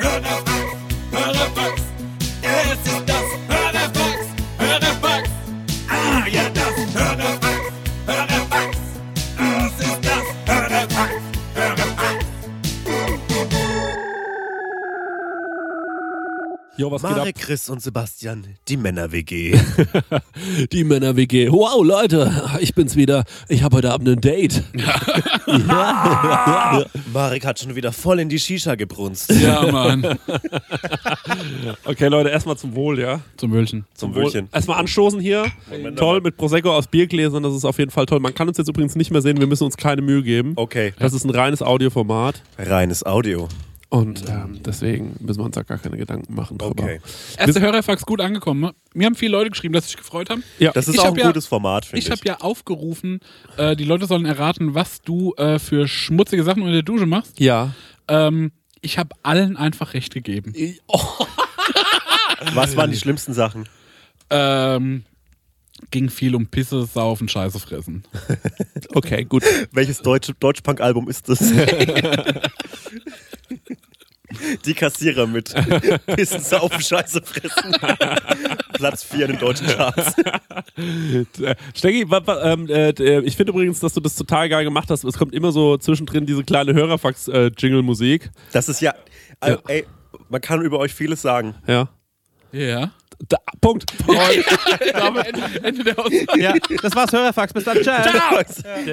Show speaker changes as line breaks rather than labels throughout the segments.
Hörnerfax, Hörnerfax, es ist das Hörnerfax, Hörnerfax. Ah, ja, das Hörnerfax, Hörnerfax, es ist das Hörnerfax, Hörnerfax.
Jo, was
Marek,
geht
Chris und Sebastian, die Männer-WG.
ab? Die Männer-WG. Wow, Leute, ich bin's wieder. Ich habe heute Abend ein Date. ja.
Marek hat schon wieder voll in die Shisha gebrunst.
Ja, Mann.
Okay, Leute, erstmal zum Wohl, ja?
Zum Wölchen.
Zum
Wohl.
Wölchen.
Erstmal anstoßen hier.
Moment,
toll,
aber-
mit Prosecco aus Biergläsern, das ist auf jeden Fall toll. Man kann uns jetzt übrigens nicht mehr sehen, wir müssen uns keine Mühe geben.
Okay,
Das ist ein reines Audioformat
reines Audio.
und ähm, deswegen müssen wir uns da gar keine Gedanken machen drüber.
Okay.
Erste Hörerfax gut angekommen. ne? Mir haben viele Leute geschrieben, dass sie sich gefreut haben.
Ja,
Das ist
Ich
auch
hab
ein
ja-
gutes Format, finde ich.
Ich habe ja aufgerufen, äh, die Leute sollen erraten, was du äh, für schmutzige Sachen unter der Dusche machst.
ja.
Ähm, ich habe allen einfach recht gegeben.
Was waren die schlimmsten Sachen?
Ähm, ging viel um Pisse, Saufen, Scheiße fressen.
Okay, gut.
Welches deutsche Deutschpunk-Album ist das? die Kassierer mit Pissen, Saufen, Scheiße, Fressen. Platz 4 in den deutschen Charts.
Äh, Stecki, wa- wa- ähm, äh, d- äh, ich finde übrigens, dass du das total geil gemacht hast. Es kommt immer so zwischendrin diese kleine äh, Hörerfax-Jingle-Musik.
Das ist ja, äh,
Ja.
Ey, man kann über euch vieles sagen.
Ja.
Ja.
Da, Punkt.
Damit Ende, Ende der Aussage.
Ja, das war's, Hörerfax. Bis dann. Ciao.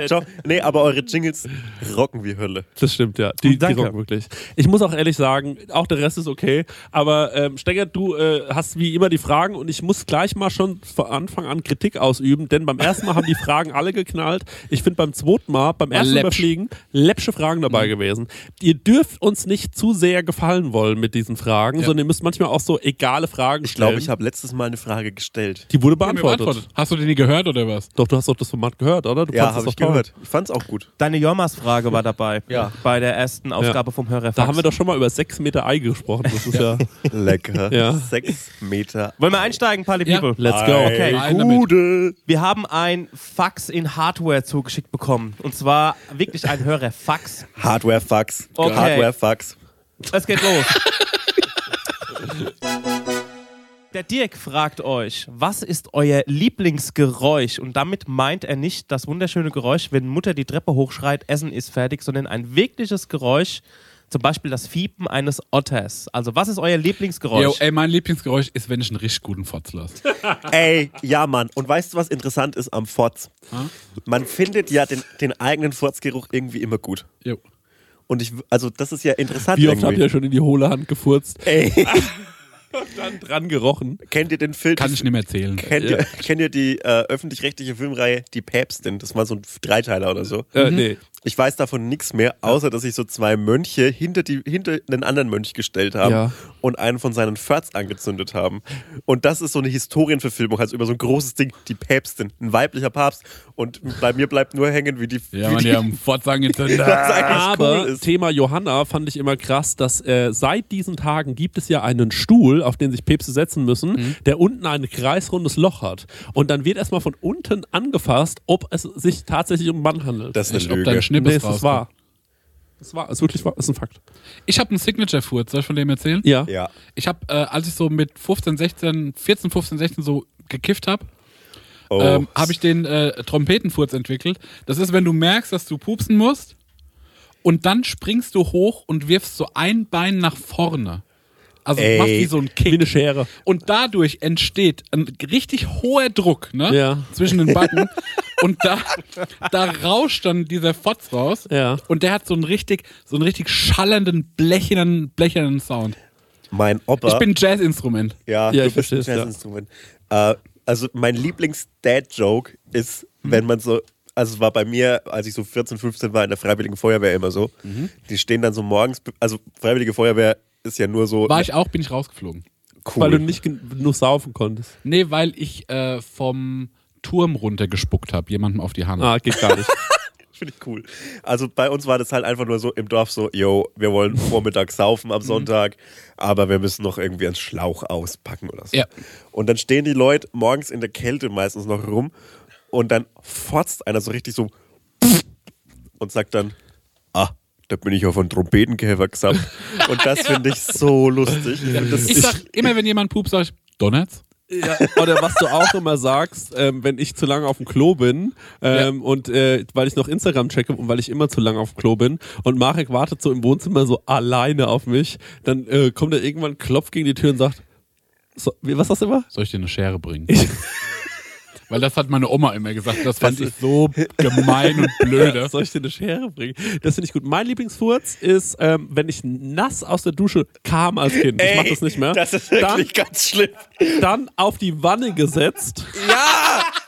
Ciao. Nee, aber eure Jingles rocken wie Hölle.
Das stimmt, ja. Die, die
Danke.
rocken wirklich. Ich muss auch ehrlich sagen, auch der Rest ist okay. Aber ähm, Steckert, du äh, hast wie immer die Fragen und ich muss gleich mal schon von Anfang an Kritik ausüben, denn beim ersten Mal haben die Fragen alle geknallt. Ich finde beim zweiten Mal, beim ersten
läppsch.
Überfliegen, läppsche Fragen
Mhm.
dabei gewesen. Ihr dürft uns nicht zu sehr gefallen wollen mit diesen Fragen, sondern ihr müsst manchmal auch so egale Fragen
Ich
stellen.
glaube, ich habe letztes Mal eine Frage gestellt.
Die wurde
Haben wir
beantwortet.
beantwortet. Hast du den nie gehört oder was?
Doch, du hast doch das Format gehört, oder? Du
Ja,
fandest
habe
das
ich
doch toll.
gehört. Ich fand's auch gut.
Deine Jormas-Frage war dabei.
Ja.
Bei der ersten Ausgabe vom Hörerfax.
Da haben wir doch schon mal über sechs Meter Ei gesprochen. Das ist ja.
Lecker.
Ja.
Sechs Meter.
Wollen wir einsteigen, Pali
Ja.
People?
Let's go.
Ei,
Rein damit.
Gute.
Wir haben ein Fax in Hardware zugeschickt bekommen. Und zwar wirklich ein Hörerfax.
Hardware-Fax.
Okay.
Hardware-Fax.
Es geht los. Der Dirk fragt euch, was ist euer Lieblingsgeräusch? Und damit meint er nicht das wunderschöne Geräusch, wenn Mutter die Treppe hochschreit, Essen ist fertig, sondern ein wirkliches Geräusch, zum Beispiel das Fiepen eines Otters. Also, was ist euer
Oh,
Lieblingsgeräusch?
Yo, ey, mein Lieblingsgeräusch ist, wenn ich einen richtig guten Fotz lasse.
Ey, ja, Mann. Und weißt du, was interessant ist am Furz?
Hm?
Man findet ja den, den eigenen Furzgeruch irgendwie immer gut.
Jo.
Und ich, w- also, das ist ja interessant.
Wie oft habt
irgendwie.
ihr schon in die hohle Hand gefurzt?
Ey,
dann dran gerochen.
kennt ihr den Film?
Kann ich nicht mehr erzählen.
Kennt, ihr, kennt ihr die äh, öffentlich-rechtliche Filmreihe Die Päpstin? Das war so ein Dreiteiler oder so.
Äh, Nee.
Ich weiß davon nichts mehr, außer dass sich so zwei Mönche hinter, die, hinter einen anderen Mönch gestellt haben
Ja.
und einen von seinen Förts angezündet haben. Und das ist so eine Historienverfilmung, also über so ein großes Ding, die Päpstin, ein weiblicher Papst. Und bei mir bleibt nur hängen, wie die.
Ja,
wie
man,
die
die haben Fotz angezündet.
was eigentlich
Aber
cool ist.
Thema Johanna fand ich immer krass, dass äh, seit diesen Tagen gibt es ja einen Stuhl, auf den sich Päpste setzen müssen,
Mhm.
der unten ein kreisrundes Loch hat. Und dann wird erstmal von unten angefasst, ob es sich tatsächlich um einen Mann handelt.
Das ist
Ich,
eine
ob dein
Lüge.
Schnippes
nee, es ist
rauskommt.
wahr. Das war, ist wirklich wahr, ist ein Fakt.
Ich habe einen Signature-Furz, soll ich von dem erzählen?
Ja.
Ja.
Ich habe, äh, als ich so mit 15, 16, 14, 15, 16 so gekifft habe,
Oh.
ähm, habe ich den äh, Trompetenfurz entwickelt. Das ist, wenn du merkst, dass du pupsen musst und dann springst du hoch und wirfst so ein Bein nach vorne. Also
Ey.
machst wie so ein
Wie eine
Kick.
Schere.
Und dadurch entsteht ein richtig hoher Druck ne?
Ja.
zwischen den Backen. und da, da rauscht dann dieser Fotz raus.
Ja.
Und der hat so einen richtig, so einen richtig schallernden, blechernen, blechernen Sound.
mein Opa.
Ich bin ein Jazzinstrument.
Ja,
Ja,
du
ich
bist ein
versteh's, ja.
Jazzinstrument. Äh, also mein Lieblings-Dad-Joke ist, wenn man so, also es war bei mir, als ich so 14, 15 war, in der Freiwilligen Feuerwehr immer so,
Mhm.
die stehen dann so morgens, also Freiwillige Feuerwehr ist ja nur so
War ich auch, bin ich rausgeflogen.
cool.
Weil du nicht gen- genug saufen konntest.
Nee, weil ich äh, vom Turm runtergespuckt habe, jemandem auf die Hand.
Ah, geht gar nicht.
Finde ich cool. Also bei uns war das halt einfach nur so im Dorf so, yo, wir wollen Vormittag saufen
Mhm.
am Sonntag, aber wir müssen noch irgendwie einen Schlauch auspacken oder so.
Ja.
Und dann stehen die Leute morgens in der Kälte meistens noch rum und dann fotzt einer so richtig so und sagt dann, ah, Da bin ich auf einen Trompetenkäfer gesammelt. Und das finde ich so lustig. Ich find das
Ich sag immer, wenn jemand pupt, sag ich, Donuts.
Ja, oder was du auch immer sagst, ähm, wenn ich zu lange auf dem Klo bin ähm, und äh, weil ich noch Instagram checke und weil ich immer zu lange auf dem Klo bin und Marek wartet so im Wohnzimmer so alleine auf mich, dann äh, kommt er irgendwann, klopft gegen die Tür und sagt, so, wie, was hast du immer?
Soll ich dir eine Schere bringen? Weil das hat meine Oma immer gesagt. Das fand ich so gemein und blöde.
Soll ich dir eine Schere bringen? Das finde ich gut. Mein Lieblingsfurz ist, ähm, wenn ich nass aus der Dusche kam als Kind. ich mach
Ey,
das nicht mehr.
Das ist
dann,
wirklich ganz schlimm.
dann auf die Wanne gesetzt.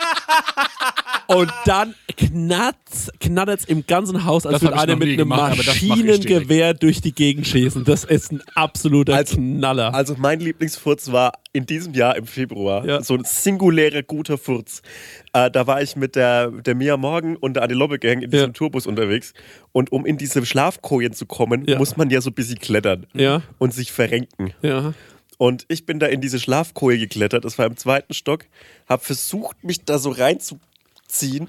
Ja! Und dann knatz, knattert's im ganzen Haus, als
Das
würde
hab ich
einer
noch
mit
nie
einem
gemacht, aber das mach ich
Maschinengewehr durch die Gegend schießen. Das ist ein absoluter
Also-
Knaller.
Also mein Lieblingsfurz war in diesem Jahr im Februar
Ja.
so ein singulärer guter Furz. Äh, da war ich mit der, der Mia Morgen und der Antilope Gang in diesem
Ja.
Tourbus unterwegs und um in diese Schlafkojen zu kommen,
Ja.
muss man ja so ein bisschen klettern
Ja.
und sich verrenken.
ja.
Und ich bin da in diese Schlafkohle geklettert, das war im zweiten Stock, hab versucht, mich da so reinzuziehen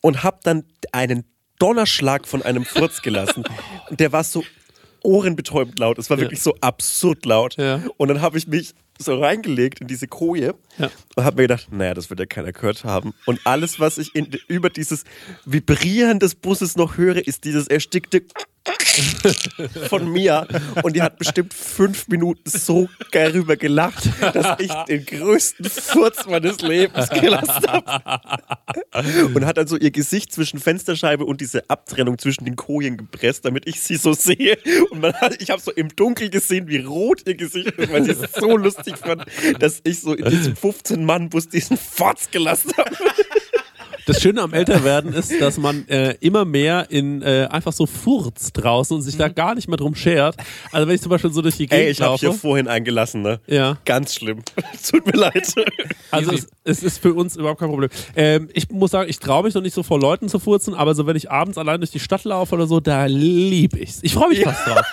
und hab dann einen Donnerschlag von einem Furz gelassen. Und der war so ohrenbetäubend laut, es war wirklich so absurd laut.
Ja.
Und dann habe ich mich so reingelegt in diese Koje
Ja.
und habe mir gedacht, naja, das wird ja keiner gehört haben. Und alles, was ich in, über dieses Vibrieren des Busses noch höre, ist dieses erstickte von mir und die hat bestimmt fünf Minuten so darüber gelacht, dass ich den größten Furz meines Lebens gelassen habe. Und hat dann so ihr Gesicht zwischen Fensterscheibe und diese Abtrennung zwischen den Kojen gepresst, damit ich sie so sehe. Und man hat, ich habe so im Dunkeln gesehen, wie rot ihr Gesicht ist, weil sie es so lustig fand, dass ich so in diesem 15-Mann-Bus diesen Furz gelassen habe.
Das Schöne am Älterwerden ist, dass man äh, immer mehr in äh, einfach so Furz draußen und sich da gar nicht mehr drum schert. Also wenn ich zum Beispiel so durch die Gegend
Mhm. Ey, ich habe
laufe.
hier vorhin eingelassen, ne?
Ja.
Ganz schlimm. Tut mir leid.
Also es, es ist für uns überhaupt kein Problem. Ähm, ich muss sagen, ich traue mich noch nicht so vor Leuten zu furzen, aber so wenn ich abends allein durch die Stadt laufe oder so, da lieb ich's. Ich freue mich fast drauf.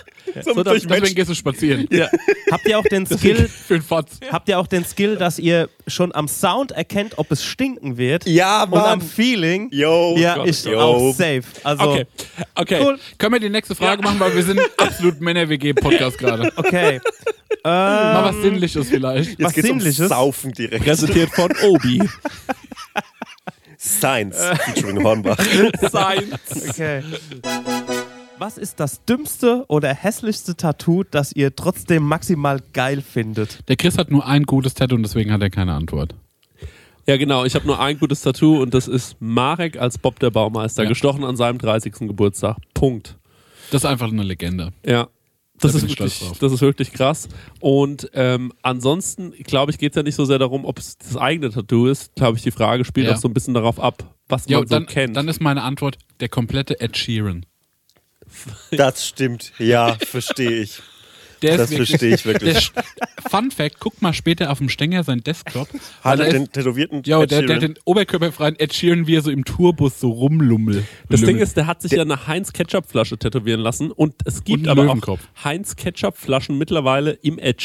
So,
So durch
Deswegen
Menschen.
gehst du spazieren.
Ja.
Habt ihr auch den Skill,
Für einen Fotz.
habt ihr auch den Skill, dass ihr schon am Sound erkennt, ob es stinken wird?
Ja,
Und am
Mann.
Feeling?
Yo.
ja,
Gott.
ist
Yo.
auch safe. Also,
Okay. Okay.
Cool.
Können wir die nächste Frage machen, weil wir sind absolut Männer-WG-Podcast gerade.
okay.
Mal
Ähm.
was Sinnliches vielleicht.
Jetzt
Was
geht's
Sinnliches?
um Saufen direkt.
Präsentiert von Obi.
Science featuring Hornbach.
Science.
Okay. Was ist das dümmste oder hässlichste Tattoo, das ihr trotzdem maximal geil findet?
Der Chris hat nur ein gutes Tattoo und deswegen hat er keine Antwort.
Ja, genau. Ich habe nur ein gutes Tattoo und das ist Marek als Bob der Baumeister,
Ja.
gestochen an seinem 30. Geburtstag. Punkt.
Das ist einfach eine Legende.
Ja. Das
bin
ist,
ich stolz
wirklich,
drauf.
das ist wirklich krass. Und ähm, ansonsten, glaube ich, geht es ja nicht so sehr darum, ob es das eigene Tattoo ist. Glaube ich, die Frage spielt
Ja.
auch so ein bisschen darauf ab, was
Ja,
man
und dann,
so kennt.
dann ist meine Antwort der komplette Ed Sheeran.
Das stimmt. Ja, verstehe ich.
Der
Das verstehe ich wirklich.
Der, Sch- Fun Fact: guck mal später auf dem Stänger sein Desktop.
Hat
Da
er
ist-
den tätowierten
Ja,
Ed
der, der
Sheeran?
hat den oberkörperfreien Ed Sheeran, wie er so im Tourbus so rumlummel.
Das Ding
lümmelt.
ist, der hat sich ja eine Heinz-Ketchup-Flasche tätowieren lassen und es gibt
Und einen
aber
Löwenkopf.
auch Heinz-Ketchup-Flaschen mittlerweile im Ed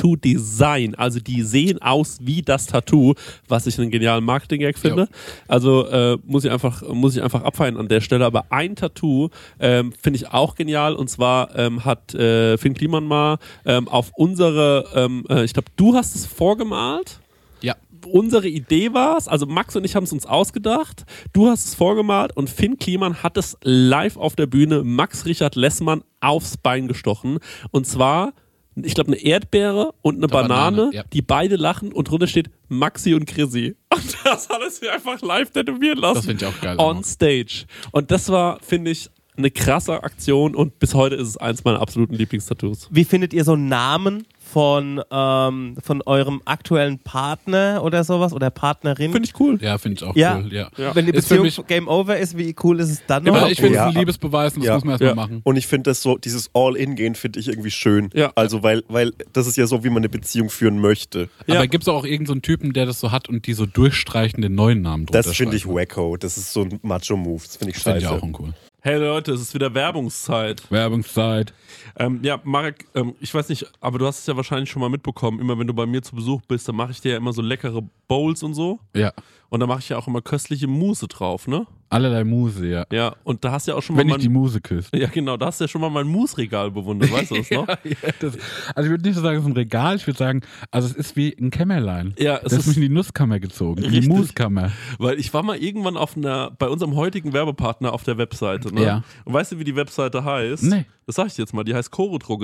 Sheeran-Tattoo-Design. Also die sehen aus wie das Tattoo, was ich einen genialen Marketing-Gag finde.
Ja.
Also äh, muss, ich einfach, muss ich einfach abfeiern an der Stelle. Aber ein Tattoo ähm, finde ich auch genial und zwar ähm, hat äh, Finn Kliman mal ähm, auf unsere, ähm, äh, ich glaube, du hast es vorgemalt
Ja.
unsere Idee war es, also Max und ich haben es uns ausgedacht, du hast es vorgemalt und Finn Kliman hat es live auf der Bühne Max Richard Lessmann aufs Bein gestochen. Und zwar, ich glaube, eine Erdbeere und eine Banane,
Banane, ja.
die beide lachen und drunter steht Maxi und Chrissy. Und das hat es mir einfach live tätowieren lassen.
Das find ich auch geil.
On stage. Und das war, finde ich, eine krasse Aktion und bis heute ist es eins meiner absoluten Lieblingstattoos.
Wie findet ihr so Namen von, ähm, von eurem aktuellen Partner oder sowas oder Partnerin?
Finde ich cool.
Ja, finde ich auch cool. Ja.
Wenn die
Ist für
Beziehung
mich-
Game Over ist, wie cool ist es dann
Aber
noch?
ich finde es
Ja.
ein Liebesbeweis und das
Ja.
muss man erstmal
Ja.
machen.
Und ich finde das so, dieses All-In-Gehen finde ich irgendwie schön.
Ja.
Also, weil, weil das ist ja so, wie man eine Beziehung führen möchte.
Ja.
Aber gibt es auch irgendeinen so einen Typen, der das so hat und die so durchstreichen den neuen Namen drunter
Das finde ich
streichen?
wacko. Das ist so ein Macho-Move. Das finde ich
Das finde ich
scheiße.
auch uncool.
Hey Leute, es ist wieder Werbungszeit.
Werbungszeit.
Ähm, ja, Marek, ähm, ich weiß nicht, aber du hast es ja wahrscheinlich schon mal mitbekommen. Immer wenn du bei mir zu Besuch bist, dann mache ich dir ja immer so leckere Bowls und so.
Ja.
Und da mache ich ja auch immer köstliche Mousse drauf, ne?
Allerlei Muse, ja.
Ja, und da hast du ja auch schon
Wenn
mal
ich die
mein,
Muse küsse.
Ja, genau, da hast du ja schon mal mein Mousse-Regal bewundert, weißt du das noch?
Das, also ich würde nicht so sagen, es ist ein Regal, ich würde sagen, also es ist wie ein Kämmerlein.
Ja, es
es ist
ist-
mich in die Nusskammer gezogen, in die
Richtig.
Muskammer.
Weil ich war mal irgendwann auf einer, bei unserem heutigen Werbepartner auf der Webseite, ne?
Ja.
Und weißt du, wie die Webseite heißt?
Nee.
Das sag ich dir jetzt mal, die heißt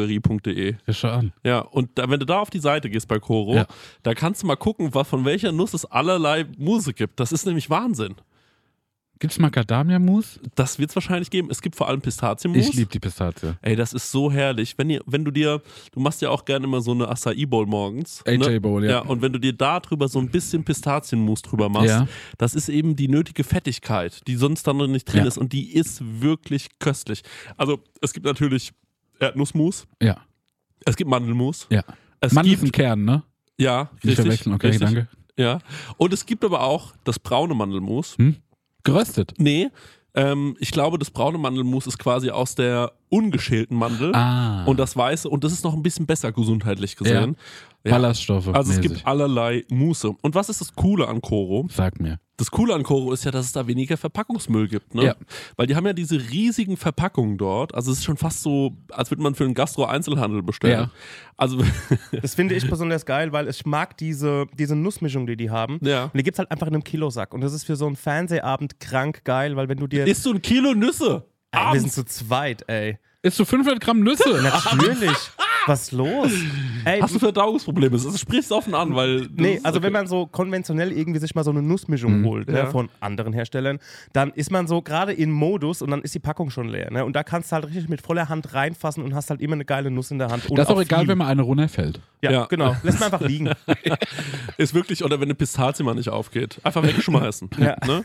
chorodrogerie.de.
Ja, schau an.
Ja, und da, wenn du da auf die Seite gehst bei Coro,
Ja.
da kannst du mal gucken, was, von welcher Nuss es allerlei Musik gibt. Das ist nämlich Wahnsinn.
Gibt's Macadamia-Mousse?
Das wird es wahrscheinlich geben. Es gibt vor allem Pistazienmus.
Ich liebe die Pistazie.
Ey, das ist so herrlich. Wenn, ihr, wenn du dir, du machst ja auch gerne immer so eine Acai Bowl morgens. ne?
AJ Bowl, ja.
Ja, und wenn du dir da drüber so ein bisschen Pistazienmus drüber machst,
Ja.
das ist eben die nötige Fettigkeit, die sonst dann noch nicht drin
Ja.
ist. Und die ist wirklich köstlich. Also, es gibt natürlich Erdnussmus,
Ja,
es gibt Mandelmus,
ja.
es
Mann ist ein
gibt,
Kern, ne?
ja,
Nicht
richtig,
verwechseln, okay,
richtig,
danke.
ja. Und es gibt aber auch das braune Mandelmus.
Geröstet.
Nee, ähm, ich glaube, das braune Mandelmus ist quasi aus der ungeschälten Mandel.
Ah.
Und das Weiße, und das ist noch ein bisschen besser gesundheitlich gesehen. Ja.
Ballaststoffe.
Also es
mäßig.
gibt allerlei Muße. Und was ist das Coole an Koro?
Sag mir.
Das Coole an Koro ist ja, dass es da weniger Verpackungsmüll gibt. Ne?
Ja.
Weil die haben ja diese riesigen Verpackungen dort. Also es ist schon fast so, als würde man für einen Gastro-Einzelhandel bestellen.
Ja.
Also
Das finde ich besonders geil, weil ich mag diese, diese Nussmischung, die die haben.
Ja.
Und die gibt es halt einfach in einem Kilosack. Und das ist für so einen Fernsehabend krank geil, weil wenn du dir...
isst du ein Kilo Nüsse
Ey, wir sind
abends.
zu zweit, ey.
Isst du 500 Gramm Nüsse?
Natürlich. Was ist los? Ey,
Hast du Verdauungsprobleme? Das sprichst offen an, weil...
Nee, also wenn man so konventionell irgendwie sich mal so eine Nussmischung holt ne,
Ja.
von anderen Herstellern, dann ist man so gerade in Modus und dann ist die Packung schon leer. Ne? Und da kannst du halt richtig mit voller Hand reinfassen und hast halt immer eine geile Nuss in der Hand. Und
Das ist auch egal,
viel.
wenn mal eine runterfällt.
Ja,
Ja.
genau. Lässt man einfach liegen.
Ist wirklich, oder wenn eine Pistazie mal nicht aufgeht. Einfach wegschmeißen. ja. Ne?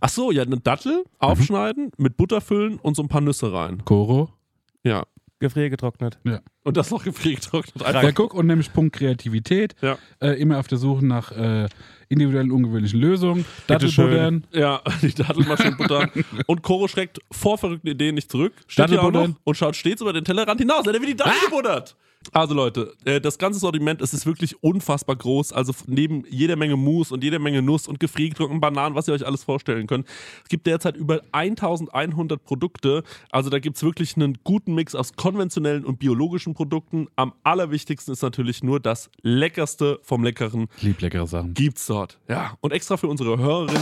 Ach so, ja, eine Dattel
Mhm.
aufschneiden, mit Butter füllen und so ein paar Nüsse rein.
Koro.
Ja.
Gefriergetrocknet.
Ja.
Und das noch gefriergetrocknet.
Ja,
Einfach.
guck, und nämlich Punkt Kreativität.
Ja.
Äh, immer auf der Suche nach äh, individuellen, ungewöhnlichen Lösungen. Dattelbuddern.
Ja, die Dattel mal schön buttern. Und Koro schreckt vor verrückten Ideen nicht zurück. Steht hier auch noch
Dattelbuddern.
und schaut stets über den Tellerrand hinaus. Er hat wie die Dattel gebuddert. Also Leute, äh, das ganze Sortiment es ist wirklich unfassbar groß. Also f- neben jeder Menge Mousse und jeder Menge Nuss und gefriergetrockneten Bananen, was ihr euch alles vorstellen könnt. Es gibt derzeit über 1100 Produkte. Also da gibt es wirklich einen guten Mix aus konventionellen und biologischen Produkten. Am allerwichtigsten ist natürlich nur das Leckerste vom Leckeren
Lieb leckere Sachen.
gibt's dort. Ja, und extra für unsere Hörerin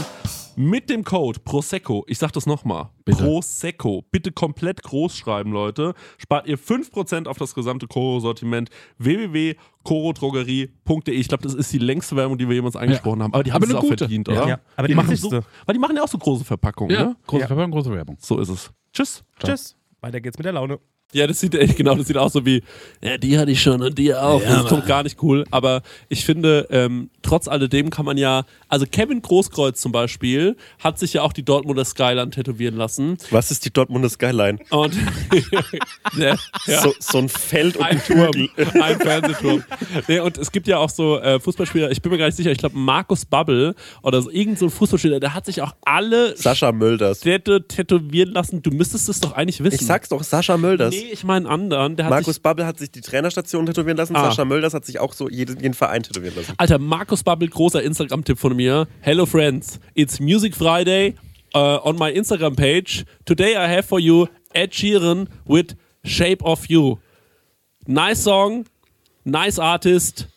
mit dem Code Prosecco, ich sag das nochmal,
Bitte.
Prosecco, bitte komplett groß schreiben, Leute, spart ihr 5% auf das gesamte Koro-Sortiment www.korodrogerie.de. Ich glaube, das ist die längste Werbung, die wir jemals eingesprochen haben, aber die haben
Aber
es
eine
auch
gute.
verdient,
Ja.
oder?
Ja, aber die
machen so,
wichtigste.
Weil die machen ja auch so große Verpackungen, ne?
Große
Ja.
Werbung, große Werbung.
So ist es. Tschüss.
Tschüss. Weiter geht's mit der Laune.
Ja, das sieht echt genau, das sieht aus so wie, ja, die hatte ich schon und die auch. das kommt gar nicht cool. Aber ich finde, ähm, trotz alledem kann man ja, also Kevin Großkreuz zum Beispiel hat sich ja auch die Dortmunder Skyline tätowieren lassen.
Was ist die Dortmunder Skyline?
Und ja, ja.
So, so ein Feld und
Ein
ein
Turm,
Turm.
ein Fernsehturm. Nee, und es gibt ja auch so äh, Fußballspieler, ich bin mir gar nicht sicher, ich glaube Markus Babbel oder so, irgend so ein Fußballspieler, der hat sich auch alle
Sascha Mölders.
Städte tätowieren lassen. Du müsstest es doch eigentlich wissen.
Ich sag's doch, Sascha Mölders.
Nee, ich meine einen anderen. Der hat sich
Markus Babbel hat sich die Trainerstation tätowieren lassen,
Ah.
Sascha Mölders hat sich auch so jeden, jeden Verein tätowieren lassen.
Alter, Markus Bubble, großer Instagram-Tipp von mir. Hello friends, it's Music Friday uh, on my Instagram page. Today I have for you Ed Sheeran with Shape of You. Nice song, nice artist.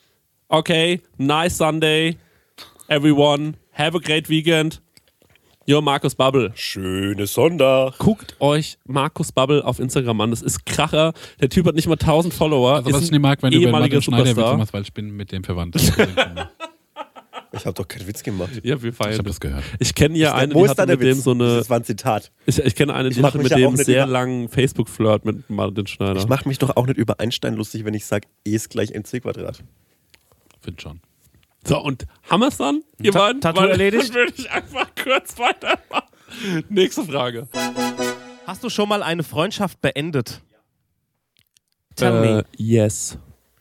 Okay, nice Sunday, everyone. Have a great weekend. Your Markus Bubble.
Schöne Sonntag.
Guckt euch Markus Bubble auf Instagram an. Das ist Kracher. Der Typ hat nicht mal 1000 Follower.
Also, was
ist
ich nicht
ein
mag, wenn du über
ehemaliger
Martin Schneider Witze
Superstar.
machst, weil ich bin mit dem verwandt. ich
Ich habe doch keinen Witz gemacht.
Ja, wir feiern
habe das gehört.
Ich kenne ja eine,
Wo
die
ist da
hatte
der
mit dem
Witz?
so eine.
das war ein Zitat.
Ich, ich kenne eine, die
mach
hatte
mich
mit
ja auch
dem
nicht
sehr
über-
langen Facebook-Flirt mit Martin Schneider.
Ich mach mich doch auch nicht über Einstein lustig, wenn ich sage, E ist gleich mc Quadrat.
Find schon.
So, und haben wir es dann? Ihr
Ta-
beiden?
Tattoo
Weil
erledigt?
Dann würde ich einfach kurz weitermachen. Nächste Frage.
Hast du schon mal eine Freundschaft beendet? Also
Äh, yes.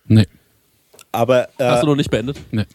Nee.
Aber,
Hast
äh,
du noch nicht beendet?
Nee.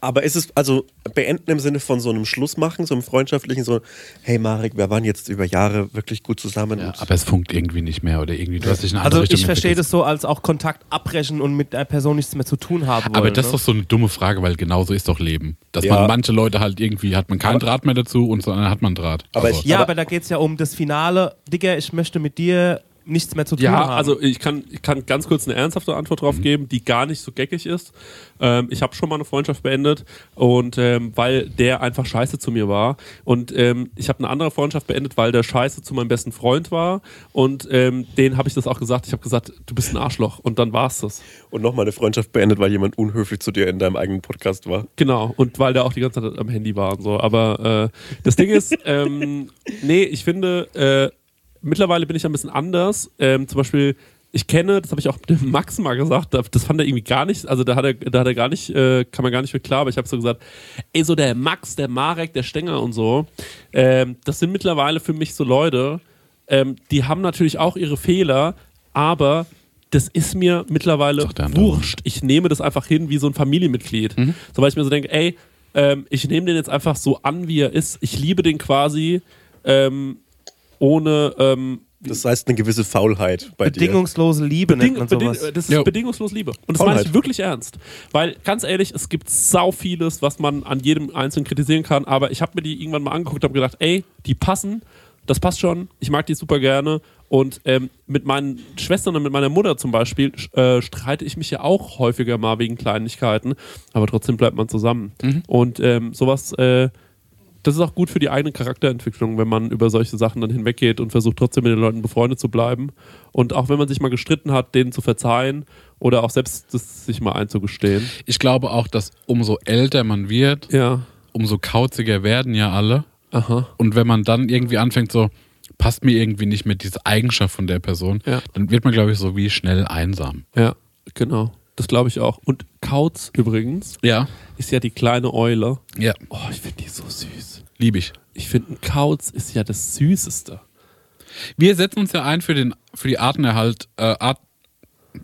aber ist es, also beenden im Sinne von so einem Schluss machen, so einem freundschaftlichen, so, hey Marek, wir waren jetzt über Jahre wirklich gut zusammen.
Ja,
und
aber es funkt irgendwie nicht mehr oder irgendwie, du hast dich in eine andere
Also
Richtung
ich verstehe
entwickelt.
das so als auch Kontakt abbrechen und mit einer Person nichts mehr zu tun haben wollen.
Aber das ist
ne?
doch so eine dumme Frage, weil genau so ist doch Leben. Dass
Ja.
man manche Leute halt irgendwie, hat man keinen Draht mehr dazu und so hat man Draht.
Aber
Also-
ich-
ja,
aber-
aber, da geht es ja um das Finale. Digga, ich möchte mit dir nichts mehr zu tun
Ja,
haben. Mhm.
also ich kann, ich kann ganz kurz eine ernsthafte Antwort drauf geben, die gar nicht so geckig ist. Ähm, ich habe schon mal eine Freundschaft beendet und ähm, weil der einfach scheiße zu mir war. Und ähm, ich habe eine andere Freundschaft beendet, weil der scheiße zu meinem besten Freund war. Und ähm, den habe ich das auch gesagt. Ich habe gesagt, du bist ein Arschloch. Und dann war es das.
Und nochmal eine Freundschaft beendet, weil jemand unhöflich zu dir in deinem eigenen Podcast war.
Genau, und weil der auch die ganze Zeit am Handy war und so. Aber äh, das Ding ist, ähm, nee, ich finde, äh, mittlerweile bin ich ein bisschen anders. Ähm, zum Beispiel, ich kenne, das habe ich auch mit dem Max mal gesagt, da- das fand er irgendwie gar nicht, also da hat er, da hat er gar nicht, äh, kann man gar nicht mit klar, aber ich habe so gesagt, ey, so der Max, der Marek, der Stenger und so, ähm, das sind mittlerweile für mich so Leute, ähm, die haben natürlich auch ihre Fehler, aber das ist mir mittlerweile
Sagt der andere.
wurscht. Ich nehme das einfach hin wie so ein Familienmitglied. So, weil ich mir so denke, ey, ähm, ich nehme den jetzt einfach so an, wie er ist. Ich liebe den quasi ähm, ohne ähm,
Das heißt eine gewisse Faulheit bei dir.
bedingungslose Liebe
Ding,
nennt man
beding, äh,
sowas.
das ist
Jo.
bedingungslos Liebe. Und das
Vollheit.
meine ich wirklich ernst. Weil, ganz ehrlich, es gibt sau vieles, was man an jedem Einzelnen kritisieren kann, aber ich habe mir die irgendwann mal angeguckt und habe gedacht, ey, die passen, das passt schon, ich mag die super gerne. Und ähm, mit meinen Schwestern und mit meiner Mutter zum Beispiel sch- äh, streite ich mich ja auch häufiger mal wegen Kleinigkeiten, aber trotzdem bleibt man zusammen. Und ähm, sowas, äh, das ist auch gut für die eigene Charakterentwicklung, wenn man über solche Sachen dann hinweggeht und versucht trotzdem mit den Leuten befreundet zu bleiben. Und auch wenn man sich mal gestritten hat, denen zu verzeihen oder auch selbst das sich mal einzugestehen.
ich glaube auch, dass umso älter man wird,
Ja.
umso kauziger werden ja alle.
Aha.
Und wenn man dann irgendwie anfängt, so passt mir irgendwie nicht mit diese Eigenschaft von der Person,
Ja.
dann wird man, glaube ich, so wie schnell einsam.
Ja, genau. Das glaube ich auch. Und Kauz übrigens
Ja.
ist ja die kleine Eule.
Ja.
Oh, ich finde die so süß.
Liebe ich.
Ich finde, ein Kauz ist ja das Süßeste.
Wir setzen uns ja ein für den für die Artenerhalt, äh, Art,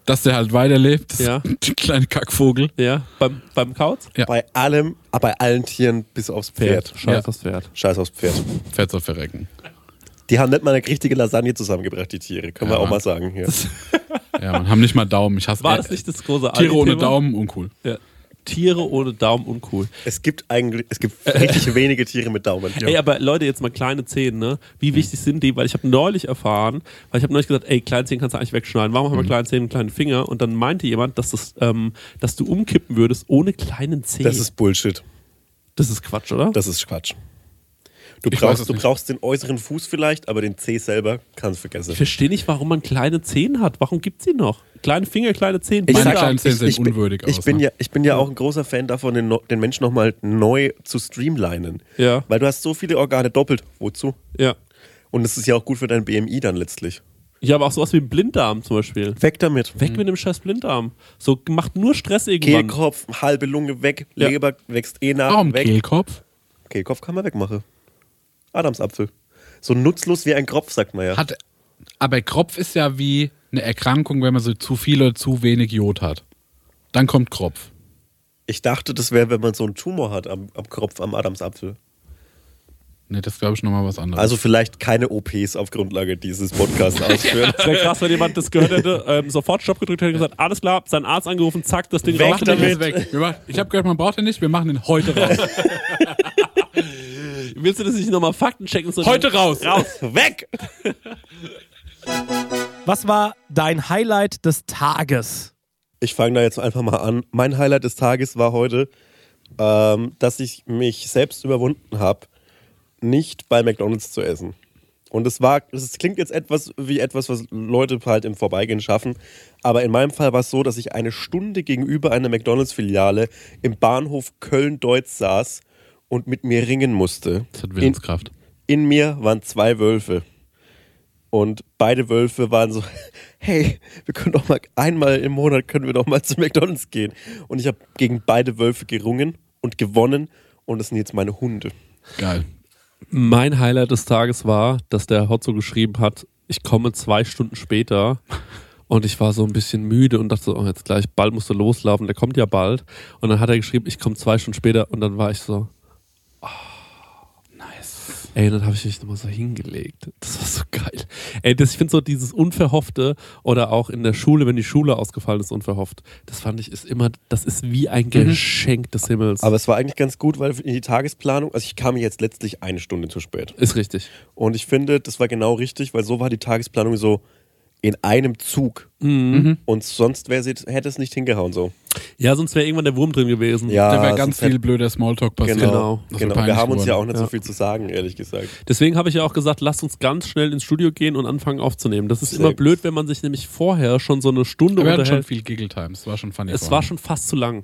dass der halt weiterlebt. Das
Ja.
Der kleine Kackvogel.
Ja, beim, beim Kauz?
Ja.
Bei allem, aber bei allen Tieren bis aufs Pferd.
Scheiß
Ja.
das Pferd.
Scheiß aufs Pferd.
Fährt so verrecken.
Die haben nicht mal eine richtige Lasagne zusammengebracht, die Tiere. Können
Ja.
wir auch mal sagen hier.
Ja, man haben nicht mal Daumen. Ich hasse
War
äh,
das nicht das große
Tiere ohne
Thema?
Daumen, uncool.
Ja. Tiere ohne Daumen uncool.
Es gibt eigentlich, es gibt richtig wenige Tiere mit Daumen.
Ey, aber Leute, jetzt mal kleine Zehen, ne?
Mhm.
Wie wichtig sind die? Weil ich habe neulich erfahren, weil ich habe neulich gesagt, ey, kleine Zehen kannst du eigentlich wegschneiden. Warum haben
Mhm.
wir kleine Zehen und kleine Finger? Und dann meinte jemand, dass, das, ähm, dass du umkippen würdest ohne kleinen Zehen.
Das ist Bullshit.
das ist Quatsch, oder?
Das ist Quatsch. Du
Ich weiß es
brauchst, du
nicht.
brauchst den äußeren Fuß vielleicht, aber den Zeh selber kannst vergessen.
ich verstehe nicht, warum man kleine Zehen hat. Warum gibt's die noch? Kleine Finger, kleine Zehen.
Ich
Meine
sag-
kleinen Zehen sehen
ich, ich, bin-
unwürdig
ich
aus,
Bin
ne?
ja, ich bin ja auch ein großer Fan davon, den, no- den Menschen nochmal neu zu streamlinen.
Ja.
Weil du hast so viele Organe doppelt. Wozu?
ja.
Und es ist ja auch gut für dein BMI dann letztlich.
ja, aber auch sowas wie ein Blinddarm zum Beispiel.
Weg damit.
Weg mit dem scheiß Blinddarm. So macht nur Stress irgendwann.
Kehlkopf, halbe Lunge weg,
Ja.
Leber wächst eh nach.
Warum
weg.
Kehlkopf?
Kehlkopf kann man wegmachen. Adamsapfel. So nutzlos wie ein Kropf, sagt man ja.
Hat, aber Kropf ist ja wie eine Erkrankung, wenn man so zu viel oder zu wenig Jod hat. Dann kommt Kropf.
Ich dachte, das wäre, wenn man so einen Tumor hat am, am Kropf, am Adamsapfel.
Ne, das glaube ich nochmal was anderes.
Also vielleicht keine OPs auf Grundlage dieses Podcasts ausführen.
Das wäre krass, wenn jemand das gehört hätte, ähm, sofort Stopp gedrückt hätte und gesagt, alles klar, seinen Arzt angerufen, zack, das Ding
Weg
raus.
Machen den jetzt weg. Wir machen, ich habe gehört, man braucht den nicht, wir machen den heute raus.
Willst du das nicht nochmal Fakten checken? sondern-
Heute raus.
Raus!
weg!
Was war dein Highlight des Tages?
Ich fange da jetzt einfach mal an. Mein Highlight des Tages war heute, ähm, dass ich mich selbst überwunden habe, nicht bei McDonalds zu essen. Und es war, es klingt jetzt etwas wie etwas, was Leute halt im Vorbeigehen schaffen. Aber in meinem Fall war es so, dass ich eine Stunde gegenüber einer McDonalds-Filiale im Bahnhof Köln-Deutz saß und mit mir ringen musste.
Das hat Willenskraft.
In, in mir waren zwei Wölfe. Und beide Wölfe waren so, hey, wir können doch mal einmal im Monat können wir doch mal zu McDonalds gehen. Und ich habe gegen beide Wölfe gerungen und gewonnen. Und das sind jetzt meine Hunde.
Geil.
Mein Highlight des Tages war, dass der Hotzo geschrieben hat, ich komme zwei Stunden später und ich war so ein bisschen müde und dachte, so, oh, jetzt gleich, bald musst du loslaufen, der kommt ja bald. Und dann hat er geschrieben, ich komme zwei Stunden später und dann war ich so, oh,
Nice.
Ey, dann habe ich mich nochmal so hingelegt. Das war so geil. Ey, das, ich finde so dieses Unverhoffte oder auch in der Schule, wenn die Schule ausgefallen ist, unverhofft, das fand ich ist immer, das ist wie ein Geschenk des Himmels.
Aber es war eigentlich ganz gut, weil in die Tagesplanung, also ich kam jetzt letztlich eine Stunde zu spät.
ist richtig.
Und ich finde, das war genau richtig, weil so war die Tagesplanung so in einem Zug. Und sonst wär sie, hätte es nicht hingehauen so.
Ja, sonst wäre irgendwann der Wurm drin gewesen.
da wäre ganz
sonst hätte-
viel blöder Smalltalk passiert.
halt Genau,
Das wär
genau.
peinlich
wir haben uns ja auch
geworden.
nicht so viel zu sagen, ehrlich gesagt.
Deswegen habe ich ja auch gesagt, lasst uns ganz schnell ins Studio gehen und anfangen aufzunehmen. Das ist
Sehr
immer
gut.
blöd, wenn man sich nämlich vorher schon so eine Stunde
Aber wir hatten schon
unterhält.
viel Giggle Times. War schon funny.
es
vorhin.
war schon fast zu lang.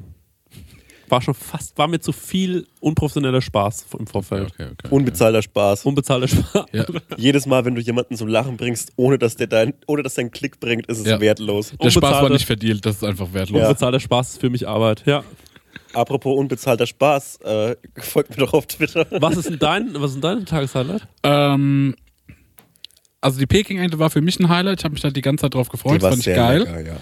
War schon fast, war mir zu viel unprofessioneller Spaß im Vorfeld.
Okay, okay.
Unbezahlter
Um
Spaß.
Unbezahlter Spaß.
ja.
Jedes Mal, wenn du jemanden zum Lachen bringst, ohne dass der dein, ohne dass dein Klick bringt, ist es
Ja.
wertlos.
Der Spaß war
Unbezahlte-
nicht verdient, das ist einfach wertlos.
Ja.
Unbezahlter Spaß ist für mich Arbeit. Ja.
Apropos unbezahlter Spaß, äh, folgt mir doch auf Twitter.
Was ist denn dein, was ist denn dein Tageshighlight?
Ähm, also die Peking-Ente war für mich ein Highlight. Ich habe mich da die ganze Zeit drauf gefreut. Das fand ich geil.
ja.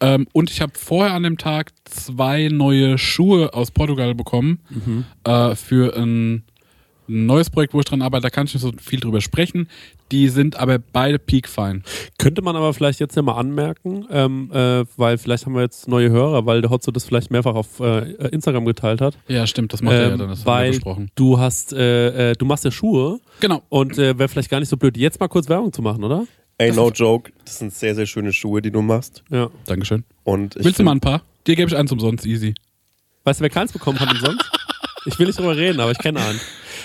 Ähm, und ich habe vorher an dem Tag zwei neue Schuhe aus Portugal bekommen äh, für ein, ein neues Projekt, wo ich dran arbeite. Da kann ich nicht so viel drüber sprechen. Die sind aber beide peakfein.
Könnte man aber vielleicht jetzt ja mal anmerken, ähm, äh, weil vielleicht haben wir jetzt neue Hörer, weil der Hotzo das vielleicht mehrfach auf äh, Instagram geteilt hat.
Ja, stimmt. Das macht er ja
Ähm,
dann. Das haben wir
weil
besprochen.
du hast, äh, äh, du machst ja Schuhe
Genau.
und äh, wäre vielleicht gar nicht so blöd, jetzt mal kurz Werbung zu machen, oder?
Ey, no joke, das sind sehr, sehr schöne Schuhe, die du machst.
Ja.
Dankeschön.
Und ich
Willst du
find-
mal ein paar? Dir gebe ich eins umsonst. Easy.
Weißt du, wer keins bekommen hat und sonst? Ich will nicht drüber reden, aber ich kenne einen.